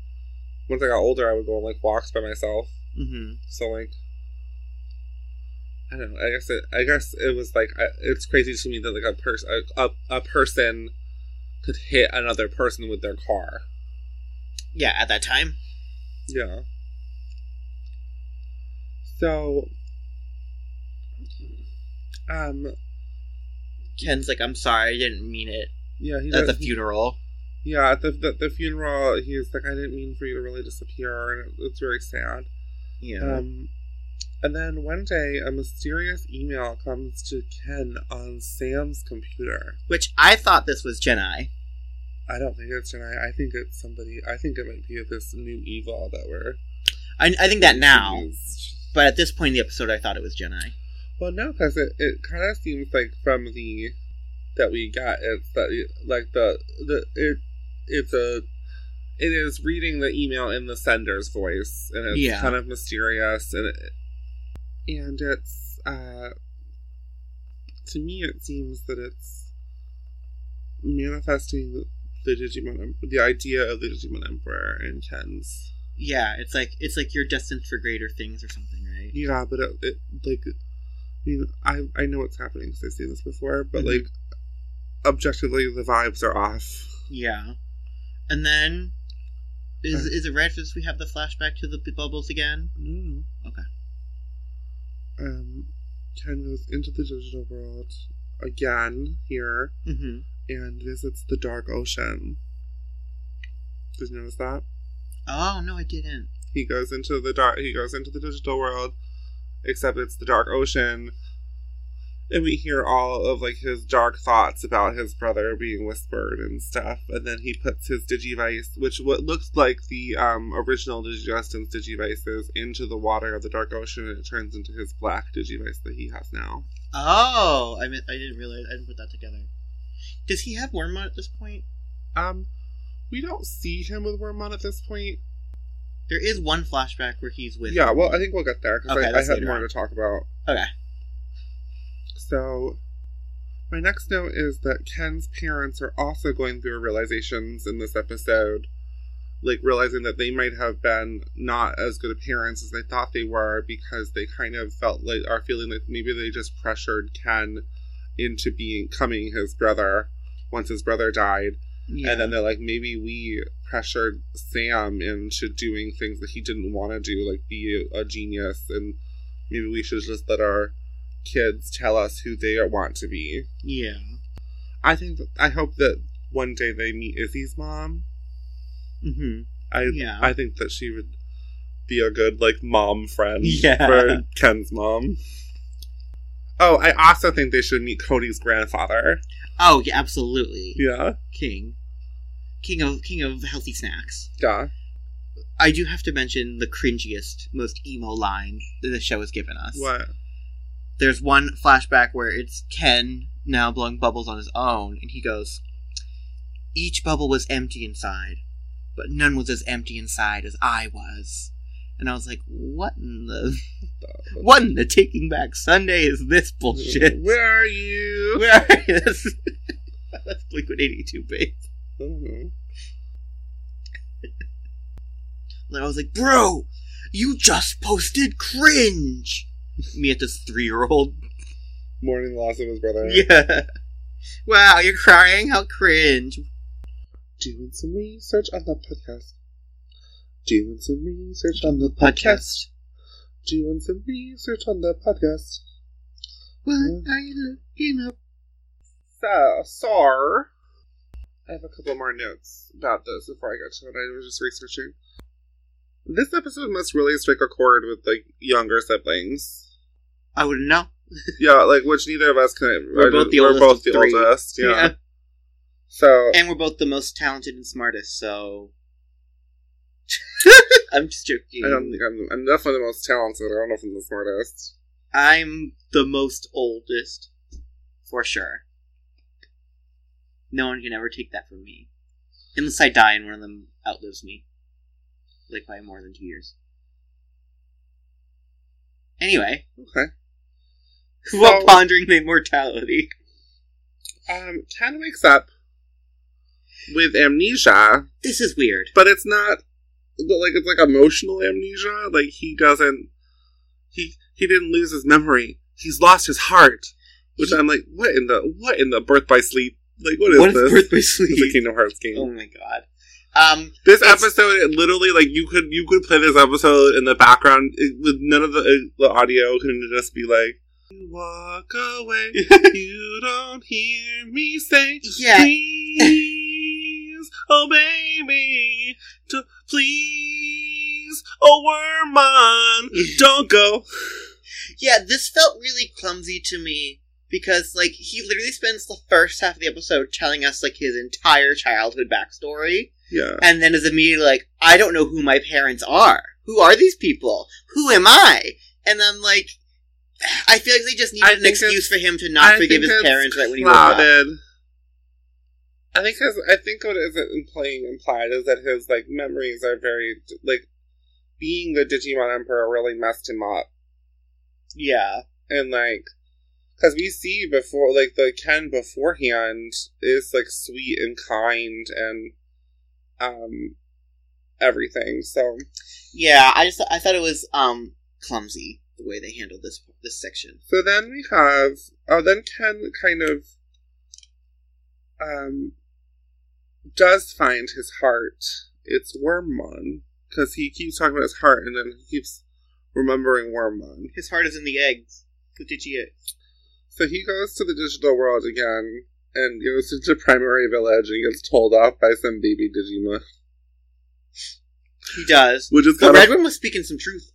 S1: once I got older, I would go on like walks by myself.
S2: hmm
S1: So like, I don't know. I guess it. I guess it was like I, it's crazy to me that like a person a, a, a person could hit another person with their car.
S2: Yeah, at that time.
S1: Yeah. So, um,
S2: Ken's like, "I'm sorry, I didn't mean it."
S1: yeah, he
S2: At the
S1: does-
S2: funeral.
S1: yeah at the, the the funeral. He's like, I didn't mean for you to really disappear, and it, it's very sad.
S2: Yeah.
S1: Um, and then one day, a mysterious email comes to Ken on Sam's computer.
S2: Which I thought this was Jedi.
S1: I don't think it's tonight. I think it's somebody. I think it might be this new evil that we're.
S2: I, I think that now,
S1: Jeez.
S2: but at this point in the episode, I thought it was Jedi.
S1: Well, no, because it, it kind of seems like from the that we got it's that it- like the the it it's a it is reading the email in the sender's voice and it's
S2: Yeah.
S1: kind of mysterious and it, and it's uh, to me it seems that it's manifesting the Digimon, Em- the idea of the Digimon Emperor in Ken's.
S2: Yeah, it's like it's like you're destined for greater things or something, right?
S1: Yeah, but it, it like, I mean, I I know what's happening because I've seen this before, but
S2: Mhm.
S1: like, objectively, the vibes are off.
S2: Yeah. And then is
S1: Uh.
S2: is it right if we have the flashback to the bubbles again?
S1: No.
S2: Okay.
S1: Um, Ken goes into the digital world again here
S2: Mm-hmm.
S1: and visits the dark ocean. Did you notice that?
S2: Oh no, I didn't.
S1: He goes into the dark. He goes into the digital world, except it's the dark ocean. And we hear all of like his dark thoughts about his brother being whispered and stuff. And then he puts his digivice, which what looks like the um, original Digidestin's digivices, into the water of the dark ocean, and it turns into his black digivice that he has now.
S2: Oh, I mean, I didn't realize I didn't put that together. Does he have Wormwood at this point?
S1: Um, we don't see him with Wormmon at this point.
S2: There is one flashback where he's with.
S1: yeah, well, I think we'll get there because
S2: Okay,
S1: I, I
S2: that's
S1: had
S2: later
S1: more
S2: on.
S1: to talk about.
S2: Okay.
S1: So, my next note is that Ken's parents are also going through realizations in this episode, like realizing that they might have been not as good of parents as they thought they were because they kind of felt like are feeling like maybe they just pressured Ken into being coming his brother once his brother died.
S2: Yeah.
S1: And then they're like, maybe we pressured Sam into doing things that he didn't want to do, like be a genius, and maybe we should just let our kids tell us who they want to be.
S2: yeah.
S1: I think that, I hope that one day they meet Izzy's mom.
S2: Mm-hmm.
S1: I
S2: Yeah.
S1: I think that she would be a good like mom friend
S2: Yeah.
S1: for Ken's mom. Oh, I also think they should meet Cody's grandfather.
S2: Oh yeah, absolutely.
S1: Yeah,
S2: King, king of king of healthy snacks.
S1: yeah.
S2: I do have to mention the cringiest, most emo line that the show has given us.
S1: What?
S2: There's one flashback where it's Ken now blowing bubbles on his own, and he goes, "Each bubble was empty inside, but none was as empty inside as I was." And I was like, "What in the what in the Taking Back Sunday is this bullshit?"
S1: Where are you?
S2: Where is that's Blink One Eighty Two, babe?
S1: I don't know.
S2: And I was like, "Bro, you just posted cringe." Me at this three-year-old.
S1: mourning the loss of his brother.
S2: Yeah. Wow, you're crying. How cringe.
S1: Doing some research on the podcast. Doing some research on the podcast. Doing some research on the podcast.
S2: What are you looking up?
S1: So, Sar. I have a couple more notes about this before I get to what I was just researching. This episode must really strike a chord with like younger siblings.
S2: I wouldn't know.
S1: yeah, like which neither of us can.
S2: We're both the
S1: we're
S2: oldest
S1: both
S2: of
S1: the
S2: three.
S1: oldest, Yeah. So
S2: And we're both the most talented and smartest, so. I'm just joking.
S1: I don't think I'm. I'm definitely the most talented. I don't know if I'm the smartest.
S2: I'm the most oldest, for sure. No one can ever take that from me, unless I die and one of them outlives me, like by more than two years. Anyway,
S1: Okay.
S2: while
S1: So-
S2: pondering the immortality,
S1: Um, Ken wakes up with amnesia,
S2: this is weird.
S1: but it's not but, like it's like emotional amnesia. Like he doesn't he he didn't lose his memory. He's lost his heart. Which I'm like, what in the what in the birth by sleep? Like what is
S2: What is
S1: this?
S2: birth by
S1: It's a
S2: sleep?
S1: Kingdom Hearts game.
S2: Oh my god. Um,
S1: This
S2: It's-
S1: episode, it literally, like you could you could play this episode in the background it, with none of the uh, the audio can just be like, "You walk away, you don't hear me say,
S2: Yeah.
S1: please, oh baby, to please, oh worm on, don't go."
S2: yeah, this felt really clumsy to me because like he literally spends the first half of the episode telling us like his entire childhood backstory
S1: Yeah,
S2: and then is immediately like, I don't know who my parents are. Who are these people? Who am I? And I'm like I feel like they
S1: I
S2: just needed an
S1: think
S2: excuse for him to not
S1: I
S2: forgive
S1: think
S2: his
S1: it's
S2: parents right when he woke up.
S1: clouded. I think his, I think what is implying implied is that his like memories are very like being the Digimon Emperor really messed him up. Yeah, and like, because we see before, like the Ken beforehand is like sweet and kind and um everything. So
S2: Yeah, I just I thought it was um clumsy the way they handled this this section.
S1: so then we have oh then Ken kind of um does find his heart. It's Wormmon because he keeps talking about his heart and then he keeps remembering Wormmon.
S2: His heart is in the eggs. What did you get?
S1: So he goes to the digital world again and goes into Primary Village and gets told off by some baby Digimon.
S2: He does.
S1: Which is
S2: The
S1: kind
S2: red
S1: of,
S2: one was speaking some truth.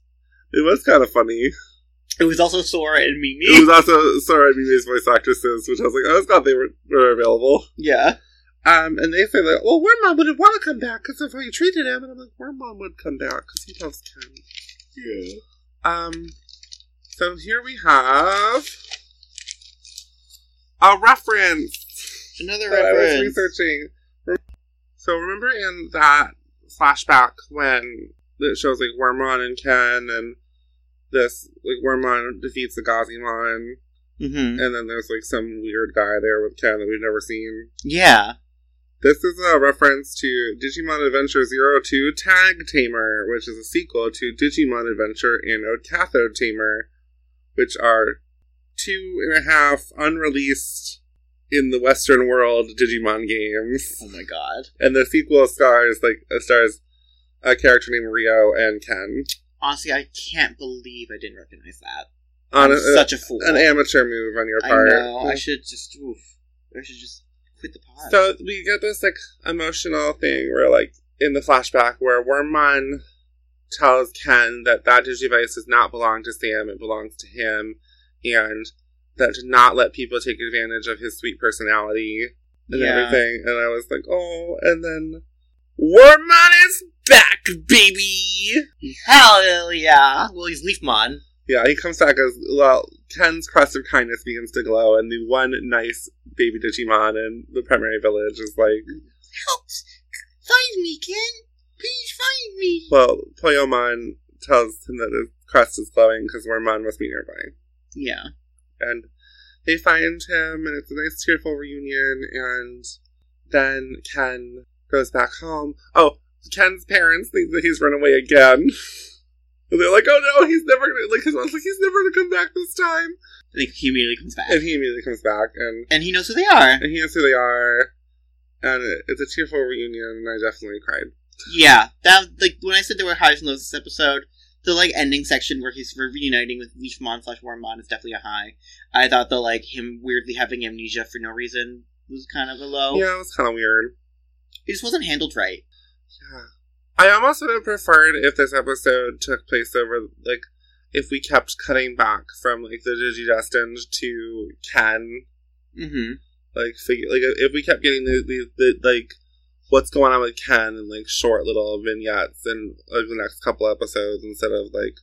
S1: it was kind of funny.
S2: It was also Sora and Mimi.
S1: It was also Sora Mimi's voice actresses, which I was like, oh, it's glad they were, were available.
S2: yeah.
S1: Um, and they say that, well, Wormmon wouldn't want to come back because of how you treated him. And I'm like, Wormmon would come back because he loves Ken.
S2: Yeah.
S1: Um, so here we have a reference.
S2: Another
S1: that I was
S2: reference.
S1: researching. So remember in that flashback when it shows like Wormmon and Ken and this like Wormmon defeats the Gazimon
S2: Mm-hmm.
S1: and then there's like some weird guy there with Ken that we've never seen.
S2: Yeah.
S1: This is a reference to Digimon Adventure Zero Two Tag Tamer, which is a sequel to Digimon Adventure and Cathode Tamer, which are two and a half unreleased in the Western world Digimon games
S2: Oh my god.
S1: and the sequel stars like uh, stars a character named Rio and Ken
S2: Honestly, I can't believe I didn't recognize that.
S1: on
S2: I'm
S1: a,
S2: such a fool.
S1: uh, an amateur move on your
S2: I
S1: part.
S2: know. I should just. Oof. I should just quit the pod.
S1: so we get this like emotional thing where like in the flashback where Wormmon tells Ken that that digivice does not belong to Sam; it belongs to him, and that to not let people take advantage of his sweet personality and
S2: Yeah.
S1: everything. And I was like, oh, and then Wormmon is back, baby.
S2: Hell yeah. Well, he's Leafmon.
S1: Yeah, he comes back as well. Ken's crest of kindness begins to glow, and the one nice baby Digimon in the primary village is like,
S2: Help! Find me, Ken! Please find me!
S1: well, Toyomon tells him that his crest is glowing because Wormmon must be nearby.
S2: Yeah.
S1: And they find him, and it's a nice, tearful reunion. And then Ken goes back home. Oh, Ken's parents think that he's run away again. And they're like, oh no, he's never gonna, like, his mom's like, he's never gonna come back this time.
S2: Like, he immediately comes back.
S1: And he immediately comes back, and
S2: And he knows who they are.
S1: and he knows who they are. And it, it's a tearful reunion, and I definitely cried.
S2: Yeah. That, like, when I said there were highs and lows this episode, the, like, ending section where he's reuniting with Leafmon slash Warmon is definitely a high. I thought the, like, him weirdly having amnesia for no reason was kind of a low.
S1: Yeah, it was kind of weird.
S2: It just wasn't handled right.
S1: Yeah, I almost would have preferred if this episode took place over like if we kept cutting back from like the Digidestined to Ken,
S2: Mm-hmm.
S1: like figure like if we kept getting the, the, the like what's going on with Ken and like short little vignettes in like, the next couple episodes instead of like,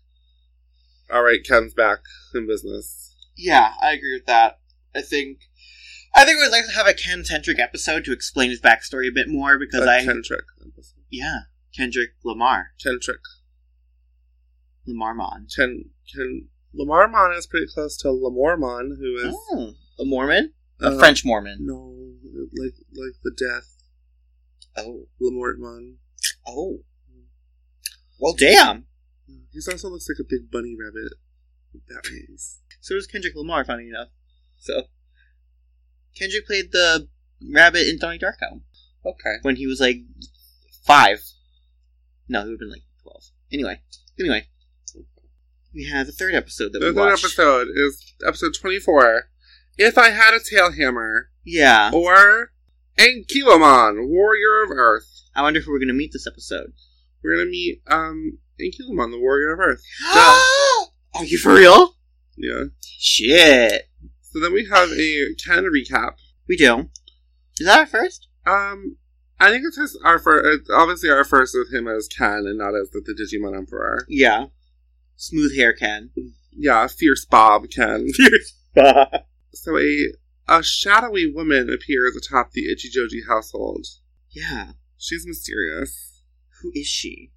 S1: all right, Ken's back in business.
S2: Yeah, I agree with that. I think... I think we'd like to have a Ken-centric episode to explain his backstory a bit more, because
S1: A
S2: I...
S1: Kendrick episode.
S2: Yeah, Kendrick Lamar.
S1: Kendrick.
S2: Lamarmon.
S1: Ken Ken Lamarmon is pretty close to Lamormon, who is
S2: Oh, a Mormon? Oh, A
S1: uh,
S2: French Mormon.
S1: No, like like the death
S2: Oh.
S1: Lamortmon.
S2: Oh. Well, damn.
S1: He also looks like a big bunny rabbit. with That means
S2: So does Kendrick Lamar, funny enough. So. Kendrick played the rabbit in Donnie Darko
S1: okay.
S2: when he was like five. No, he would have been like 12. Anyway. Anyway. We had the third episode that
S1: The
S2: we
S1: third
S2: watched.
S1: episode is episode twenty four. If I had a tail hammer
S2: Yeah.
S1: or Ankylomon, warrior of Earth.
S2: I wonder who we're going to meet this episode.
S1: We're gonna meet um Ankylomon, the warrior of Earth.
S2: Are you for real?
S1: Yeah.
S2: Shit.
S1: So then we have a Ken recap.
S2: We do. Is that our first?
S1: Um, I think it's his, our first. Obviously, our first with him as Ken and not as the, the Digimon Emperor.
S2: Yeah. Smooth hair Ken.
S1: Yeah, fierce Bob Ken. So a a shadowy woman appears atop the Ichijoji household.
S2: yeah.
S1: She's mysterious.
S2: Who is she?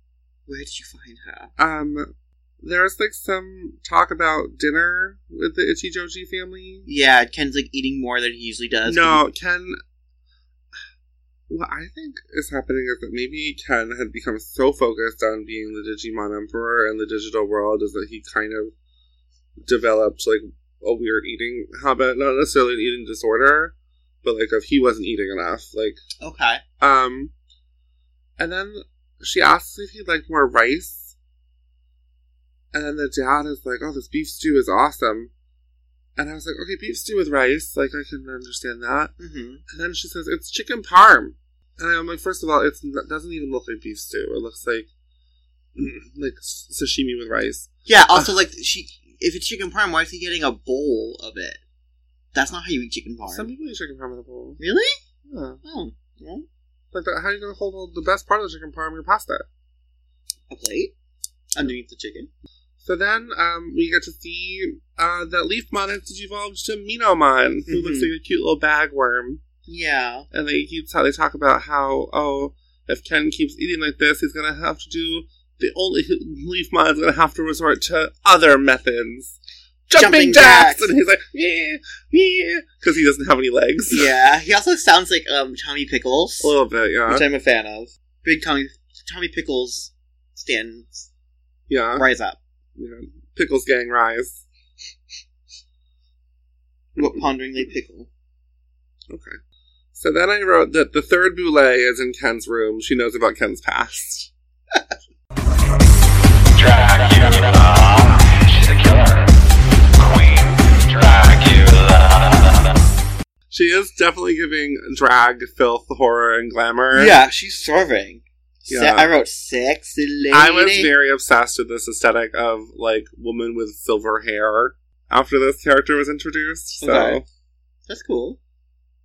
S2: Where did you find her?
S1: Um, There's like some talk about dinner with the Ichijoji family.
S2: Yeah, Ken's like eating more than he usually does.
S1: no, Ken. What I think is happening is that maybe Ken had become so focused on being the Digimon Emperor and the digital world is that he kind of developed like a weird eating habit, not necessarily an eating disorder, but like if he wasn't eating enough, like
S2: Okay.
S1: um, and then she asks if he'd like more rice. And then the dad is like, oh, this beef stew is awesome. And I was like, okay, beef stew with rice. Like, I can understand that.
S2: hmm
S1: And then she says, it's chicken parm. And I'm like, first of all, it's, it doesn't even look like beef stew. It looks like, like sashimi with rice.
S2: Yeah. Also, like she, if it's chicken parm, why is he getting a bowl of it? That's not how you eat chicken parm.
S1: Some people eat chicken parm in a bowl.
S2: really?
S1: Yeah.
S2: Oh, well,
S1: Like, that, how are you going to hold all the best part of the chicken parm in your pasta?
S2: a plate underneath the chicken.
S1: So then um, we get to see uh, that Leafmon has evolved to Minomon, who
S2: Mhm.
S1: looks like a cute little bagworm.
S2: Yeah.
S1: And they keep how they talk about how oh, if Ken keeps eating like this, he's gonna have to do the only Leafmon is gonna have to resort to other methods, jumping,
S2: Jumping
S1: jacks.
S2: jacks.
S1: And he's like yeah, yeah, because he doesn't have any legs.
S2: Yeah. He also sounds like um Tommy Pickles,
S1: a little bit, yeah,
S2: which I'm a fan of. Big Tommy Tommy Pickles stands
S1: yeah.
S2: rise up.
S1: yeah. Pickles gang rise.
S2: What ponderingly pickle?
S1: Okay. So then I wrote that the third Boulay is in Ken's room. She knows about Ken's past.
S4: Dracula. Ah, She's a killer. Queen Dracula.
S1: She is definitely giving drag, filth, horror, and glamour.
S2: Yeah, she's serving. Se-
S1: Yeah.
S2: I wrote sexy lady.
S1: I was very obsessed with this aesthetic of like woman with silver hair after this character was introduced. So,
S2: Okay. That's cool.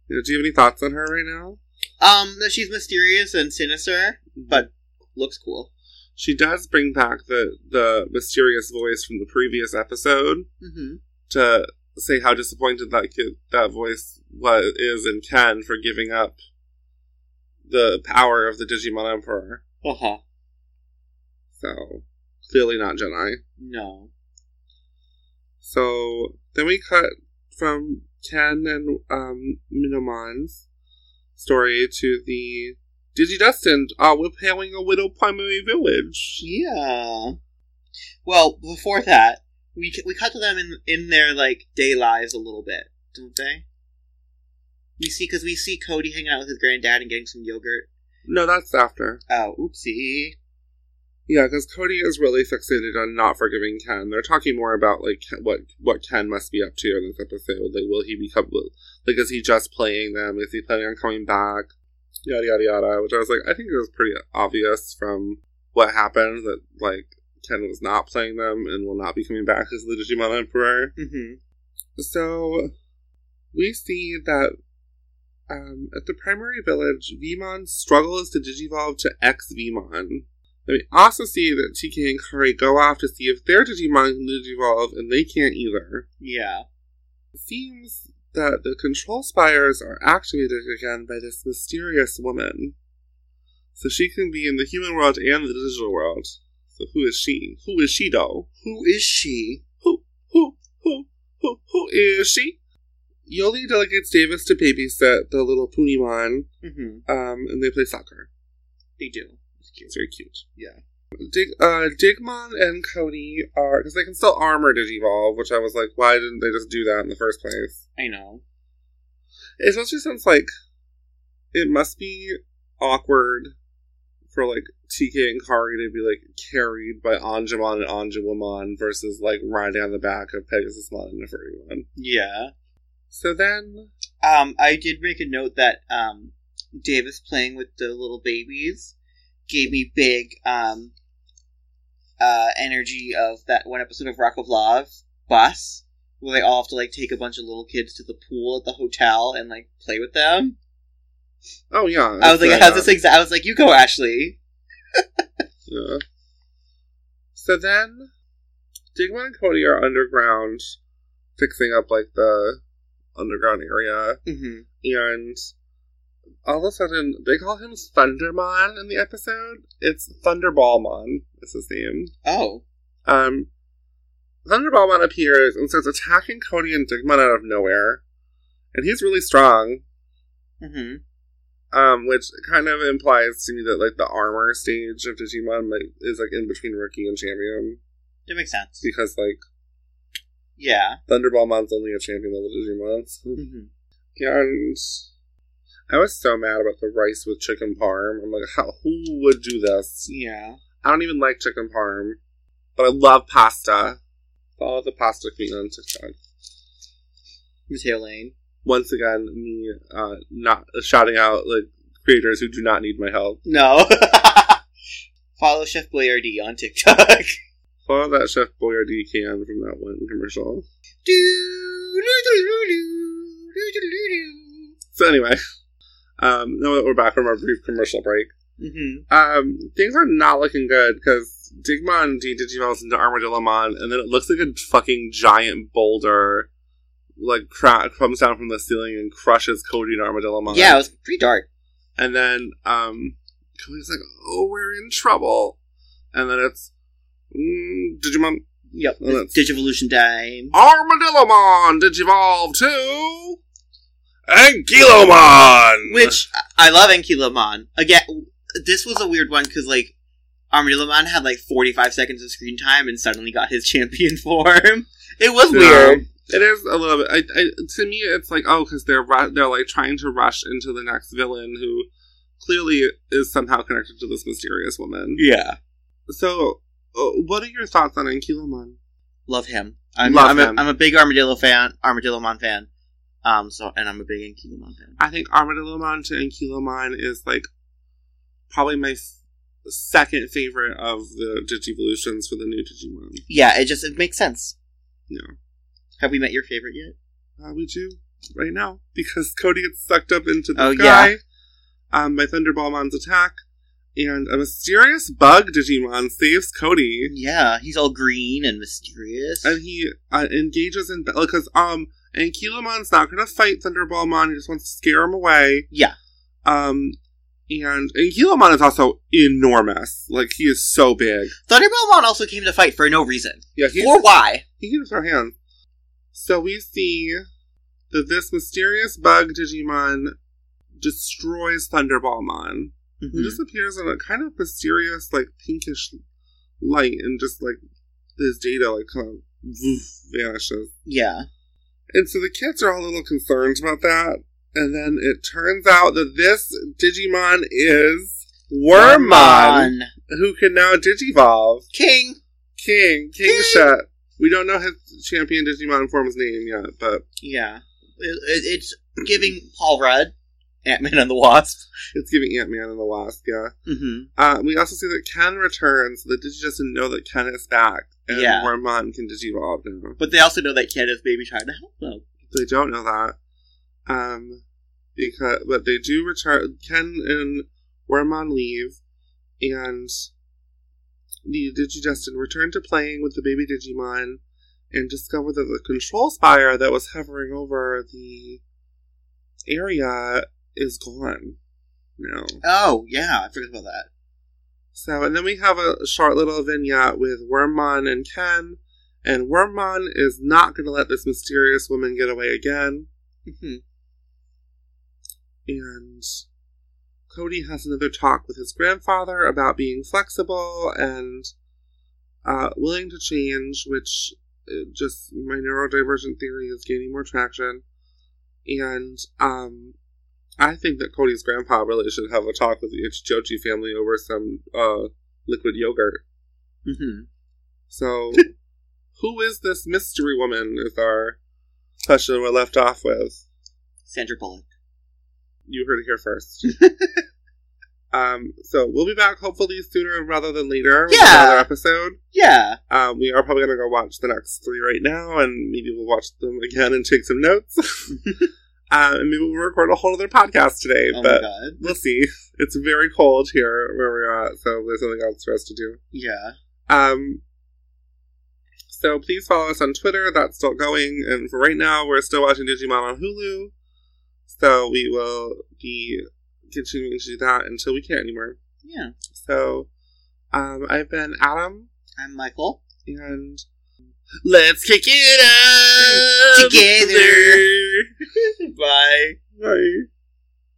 S1: you know, do you have any thoughts on her right now?
S2: Um, that she's mysterious and sinister,
S1: Mm-hmm.
S2: but looks cool.
S1: She does bring back the the mysterious voice from the previous episode
S2: hmm
S1: to say how disappointed that kid, that voice was is in Ken for giving up the power of the Digimon Emperor.
S2: Uh huh.
S1: So clearly not Jedi.
S2: No.
S1: So then we cut from Ken and um, Minomon's story to the Digidestined. Uh, we're hailing a widow primary village.
S2: Yeah. Well, before that, we c- we cut to them in in their like day lives a little bit, don't they? We see because we see Cody hanging out with his granddad and getting some yogurt.
S1: No, that's after.
S2: Oh, oopsie.
S1: Yeah, because Cody is really fixated on not forgiving Ken. They're talking more about like Ke- what what Ken must be up to in this episode. Like, will he become like is he just playing them? Is he planning on coming back? Yada yada yada. Which I was like, I think it was pretty obvious from what happened that like Ken was not playing them and will not be coming back as the Digimon Emperor.
S2: Mm-hmm.
S1: So we see that um, at the primary village, Vimon struggles to digivolve to X Vimon. And we also see that TK and Kari go off to see if their Digimon can digivolve, and they can't either.
S2: Yeah.
S1: It seems that the control spires are activated again by this mysterious woman. So she can be in the human world and the digital world. So who is she? Who is she though?
S2: Who is she?
S1: Who, who, who, who, who is she? Yoli delegates Davis to babysit the little Punimon,
S2: Mm-hmm.
S1: um, and they play soccer.
S2: They do. It's cute.
S1: It's very cute.
S2: Yeah.
S1: Dig, uh, Digmon and Cody are, because they can still armor Digivolve, which I was like, why didn't they just do that in the first place?
S2: I know.
S1: Especially since, like, it must be awkward for, like, TK and Kari to be, like, carried by Anjumon and Anjumamon versus, like, riding on the back of Pegasusmon and Nefertimon.
S2: Yeah.
S1: So then,
S2: Um, I did make a note that um, Davis playing with the little babies gave me big um, uh, energy of that one episode of Rock of Love Bus, where they all have to like take a bunch of little kids to the pool at the hotel and like play with them.
S1: Oh yeah.
S2: I was like, how's this exa-? I was like, you go, Ashley.
S1: Yeah. So then, Digma and Cody are underground, fixing up like the underground area,
S2: Mm-hmm.
S1: and all of a sudden they call him Thundermon in the episode. It's Thunderballmon. Is his name?
S2: Oh,
S1: Um, Thunderball Man appears and starts attacking Cody and Digmon out of nowhere, and he's really strong.
S2: Mm-hmm.
S1: Um, which kind of implies to me that like the armor stage of Digimon like, is like in between rookie and champion
S2: It makes sense.
S1: because like
S2: Yeah.
S1: Thunderball Mon's only a champion level Digimon.
S2: Mm-hmm.
S1: and I was so mad about the rice with chicken parm. I'm like, how who would do this?
S2: Yeah.
S1: I don't even like chicken parm, but I love pasta. Follow the pasta queen on TikTok.
S2: Mateo Lane.
S1: Once again, me uh, not shouting out like creators who do not need my help.
S2: No. Follow Chef Boyardee on TikTok.
S1: Follow that Chef Boyardee can from that one commercial.
S2: mm-hmm.
S1: So anyway, um, now that we're back from our brief commercial break,
S2: Mm-hmm.
S1: um, things are not looking good because Digimon D Digivolves into Armadillomon, and then it looks like a fucking giant boulder, like cra- comes down from the ceiling and crushes Cody and Armadillomon.
S2: Yeah, it was pretty dark.
S1: and then um, Cody's like, "Oh, we're in trouble," and then it's mm, Digimon
S2: Yep.
S1: Well,
S2: it's Digivolution time.
S1: Armadillomon Digivolve to Ankylomon,
S2: Which I I love Ankylamon. Again, this was a weird one because like Armadillomon had like 45 seconds of screen time and suddenly got his champion form. It was
S1: Yeah.
S2: weird.
S1: It is a little bit. I, I, to me, it's like oh, because they're ru- they're like trying to rush into the next villain who clearly is somehow connected to this mysterious woman.
S2: Yeah.
S1: So, uh, what are your thoughts on Ankylomon?
S2: Love him. I'm,
S1: Love
S2: I'm,
S1: him.
S2: A, I'm a big Armadillo fan, Armadillomon fan. Um, so and I'm a big Ankylamon fan.
S1: I think Armadillomon to Ankylomon is like probably my f- second favorite of the Digivolutions for the new Digimon.
S2: Yeah, it just it makes sense.
S1: Yeah.
S2: Have we met your favorite yet?
S1: Uh, we do right now because Cody gets sucked up into the
S2: Oh,
S1: sky um, by Thunderball Mon's attack, and a mysterious bug Digimon saves Cody,
S2: Yeah, he's all green and mysterious.
S1: and he uh, engages in because um and Kilomon's not going to fight Thunderball Mon; he just wants to scare him away.
S2: yeah,
S1: Um, and and Kilomon is also enormous; like he is so big.
S2: Thunderballmon also came to fight for no reason
S1: Yeah, he's
S2: or why.
S1: He can just throw hands. So we see that this mysterious bug Digimon destroys Thunderballmon, who
S2: Mhm.
S1: just appears in a kind of mysterious, like pinkish light, and just like his data, like kind of woof, vanishes.
S2: Yeah,
S1: And so the kids are all a little concerned about that. And then it turns out that this Digimon is Wormmon,
S2: Wormmon.
S1: who can now digivolve.
S2: King.
S1: King, King,
S2: King.
S1: Shet. We don't know his champion Digimon form's name yet, but
S2: Yeah, It- it- it's giving Paul Rudd, Ant Man and the Wasp.
S1: it's giving Ant Man and the Wasp, yeah.
S2: hmm
S1: Uh, we also see that Ken returns, so the Digi doesn't know that Ken is back, and
S2: Yeah.
S1: Wormmon can Digivolve now.
S2: But they also know that Ken is maybe trying to help them.
S1: They don't know that. Um, because, but they do return, Ken and Wormmon leave, and the Digidestin return to playing with the baby Digimon, and discover that the control spire that was hovering over the area is gone now.
S2: Oh yeah, I forgot about that.
S1: So, and then we have a short little vignette with Wormmon and Ken, and Wormmon is not going to let this mysterious woman get away again,
S2: hmm
S1: and Cody has another talk with his grandfather about being flexible and uh, willing to change, which uh, just my neurodivergent theory is gaining more traction. And um, I think that Cody's grandpa really should have a talk with the Ichijochi family over some uh, liquid yogurt.
S2: hmm
S1: So, who is this mystery woman? Is our question we're left off with.
S2: Sandra Bullock.
S1: You heard it here first. um, so we'll be back hopefully sooner rather than later with
S2: Yeah.
S1: another episode.
S2: Yeah.
S1: Um, we are probably gonna go watch the next three right now, and maybe we'll watch them again and take some notes. uh, and maybe we'll record a whole other podcast today,
S2: Oh my
S1: but
S2: god.
S1: we'll see. It's very cold here where we're at, so there's something else for us to do.
S2: Yeah.
S1: Um, so please follow us on Twitter. That's still going. And for right now, we're still watching Digimon on Hulu. So we will be continuing to do that until we can't anymore.
S2: Yeah.
S1: So um, I've been Adam,
S2: I'm Michael.
S1: and let's kick it up
S2: Together.
S1: Bye. Bye.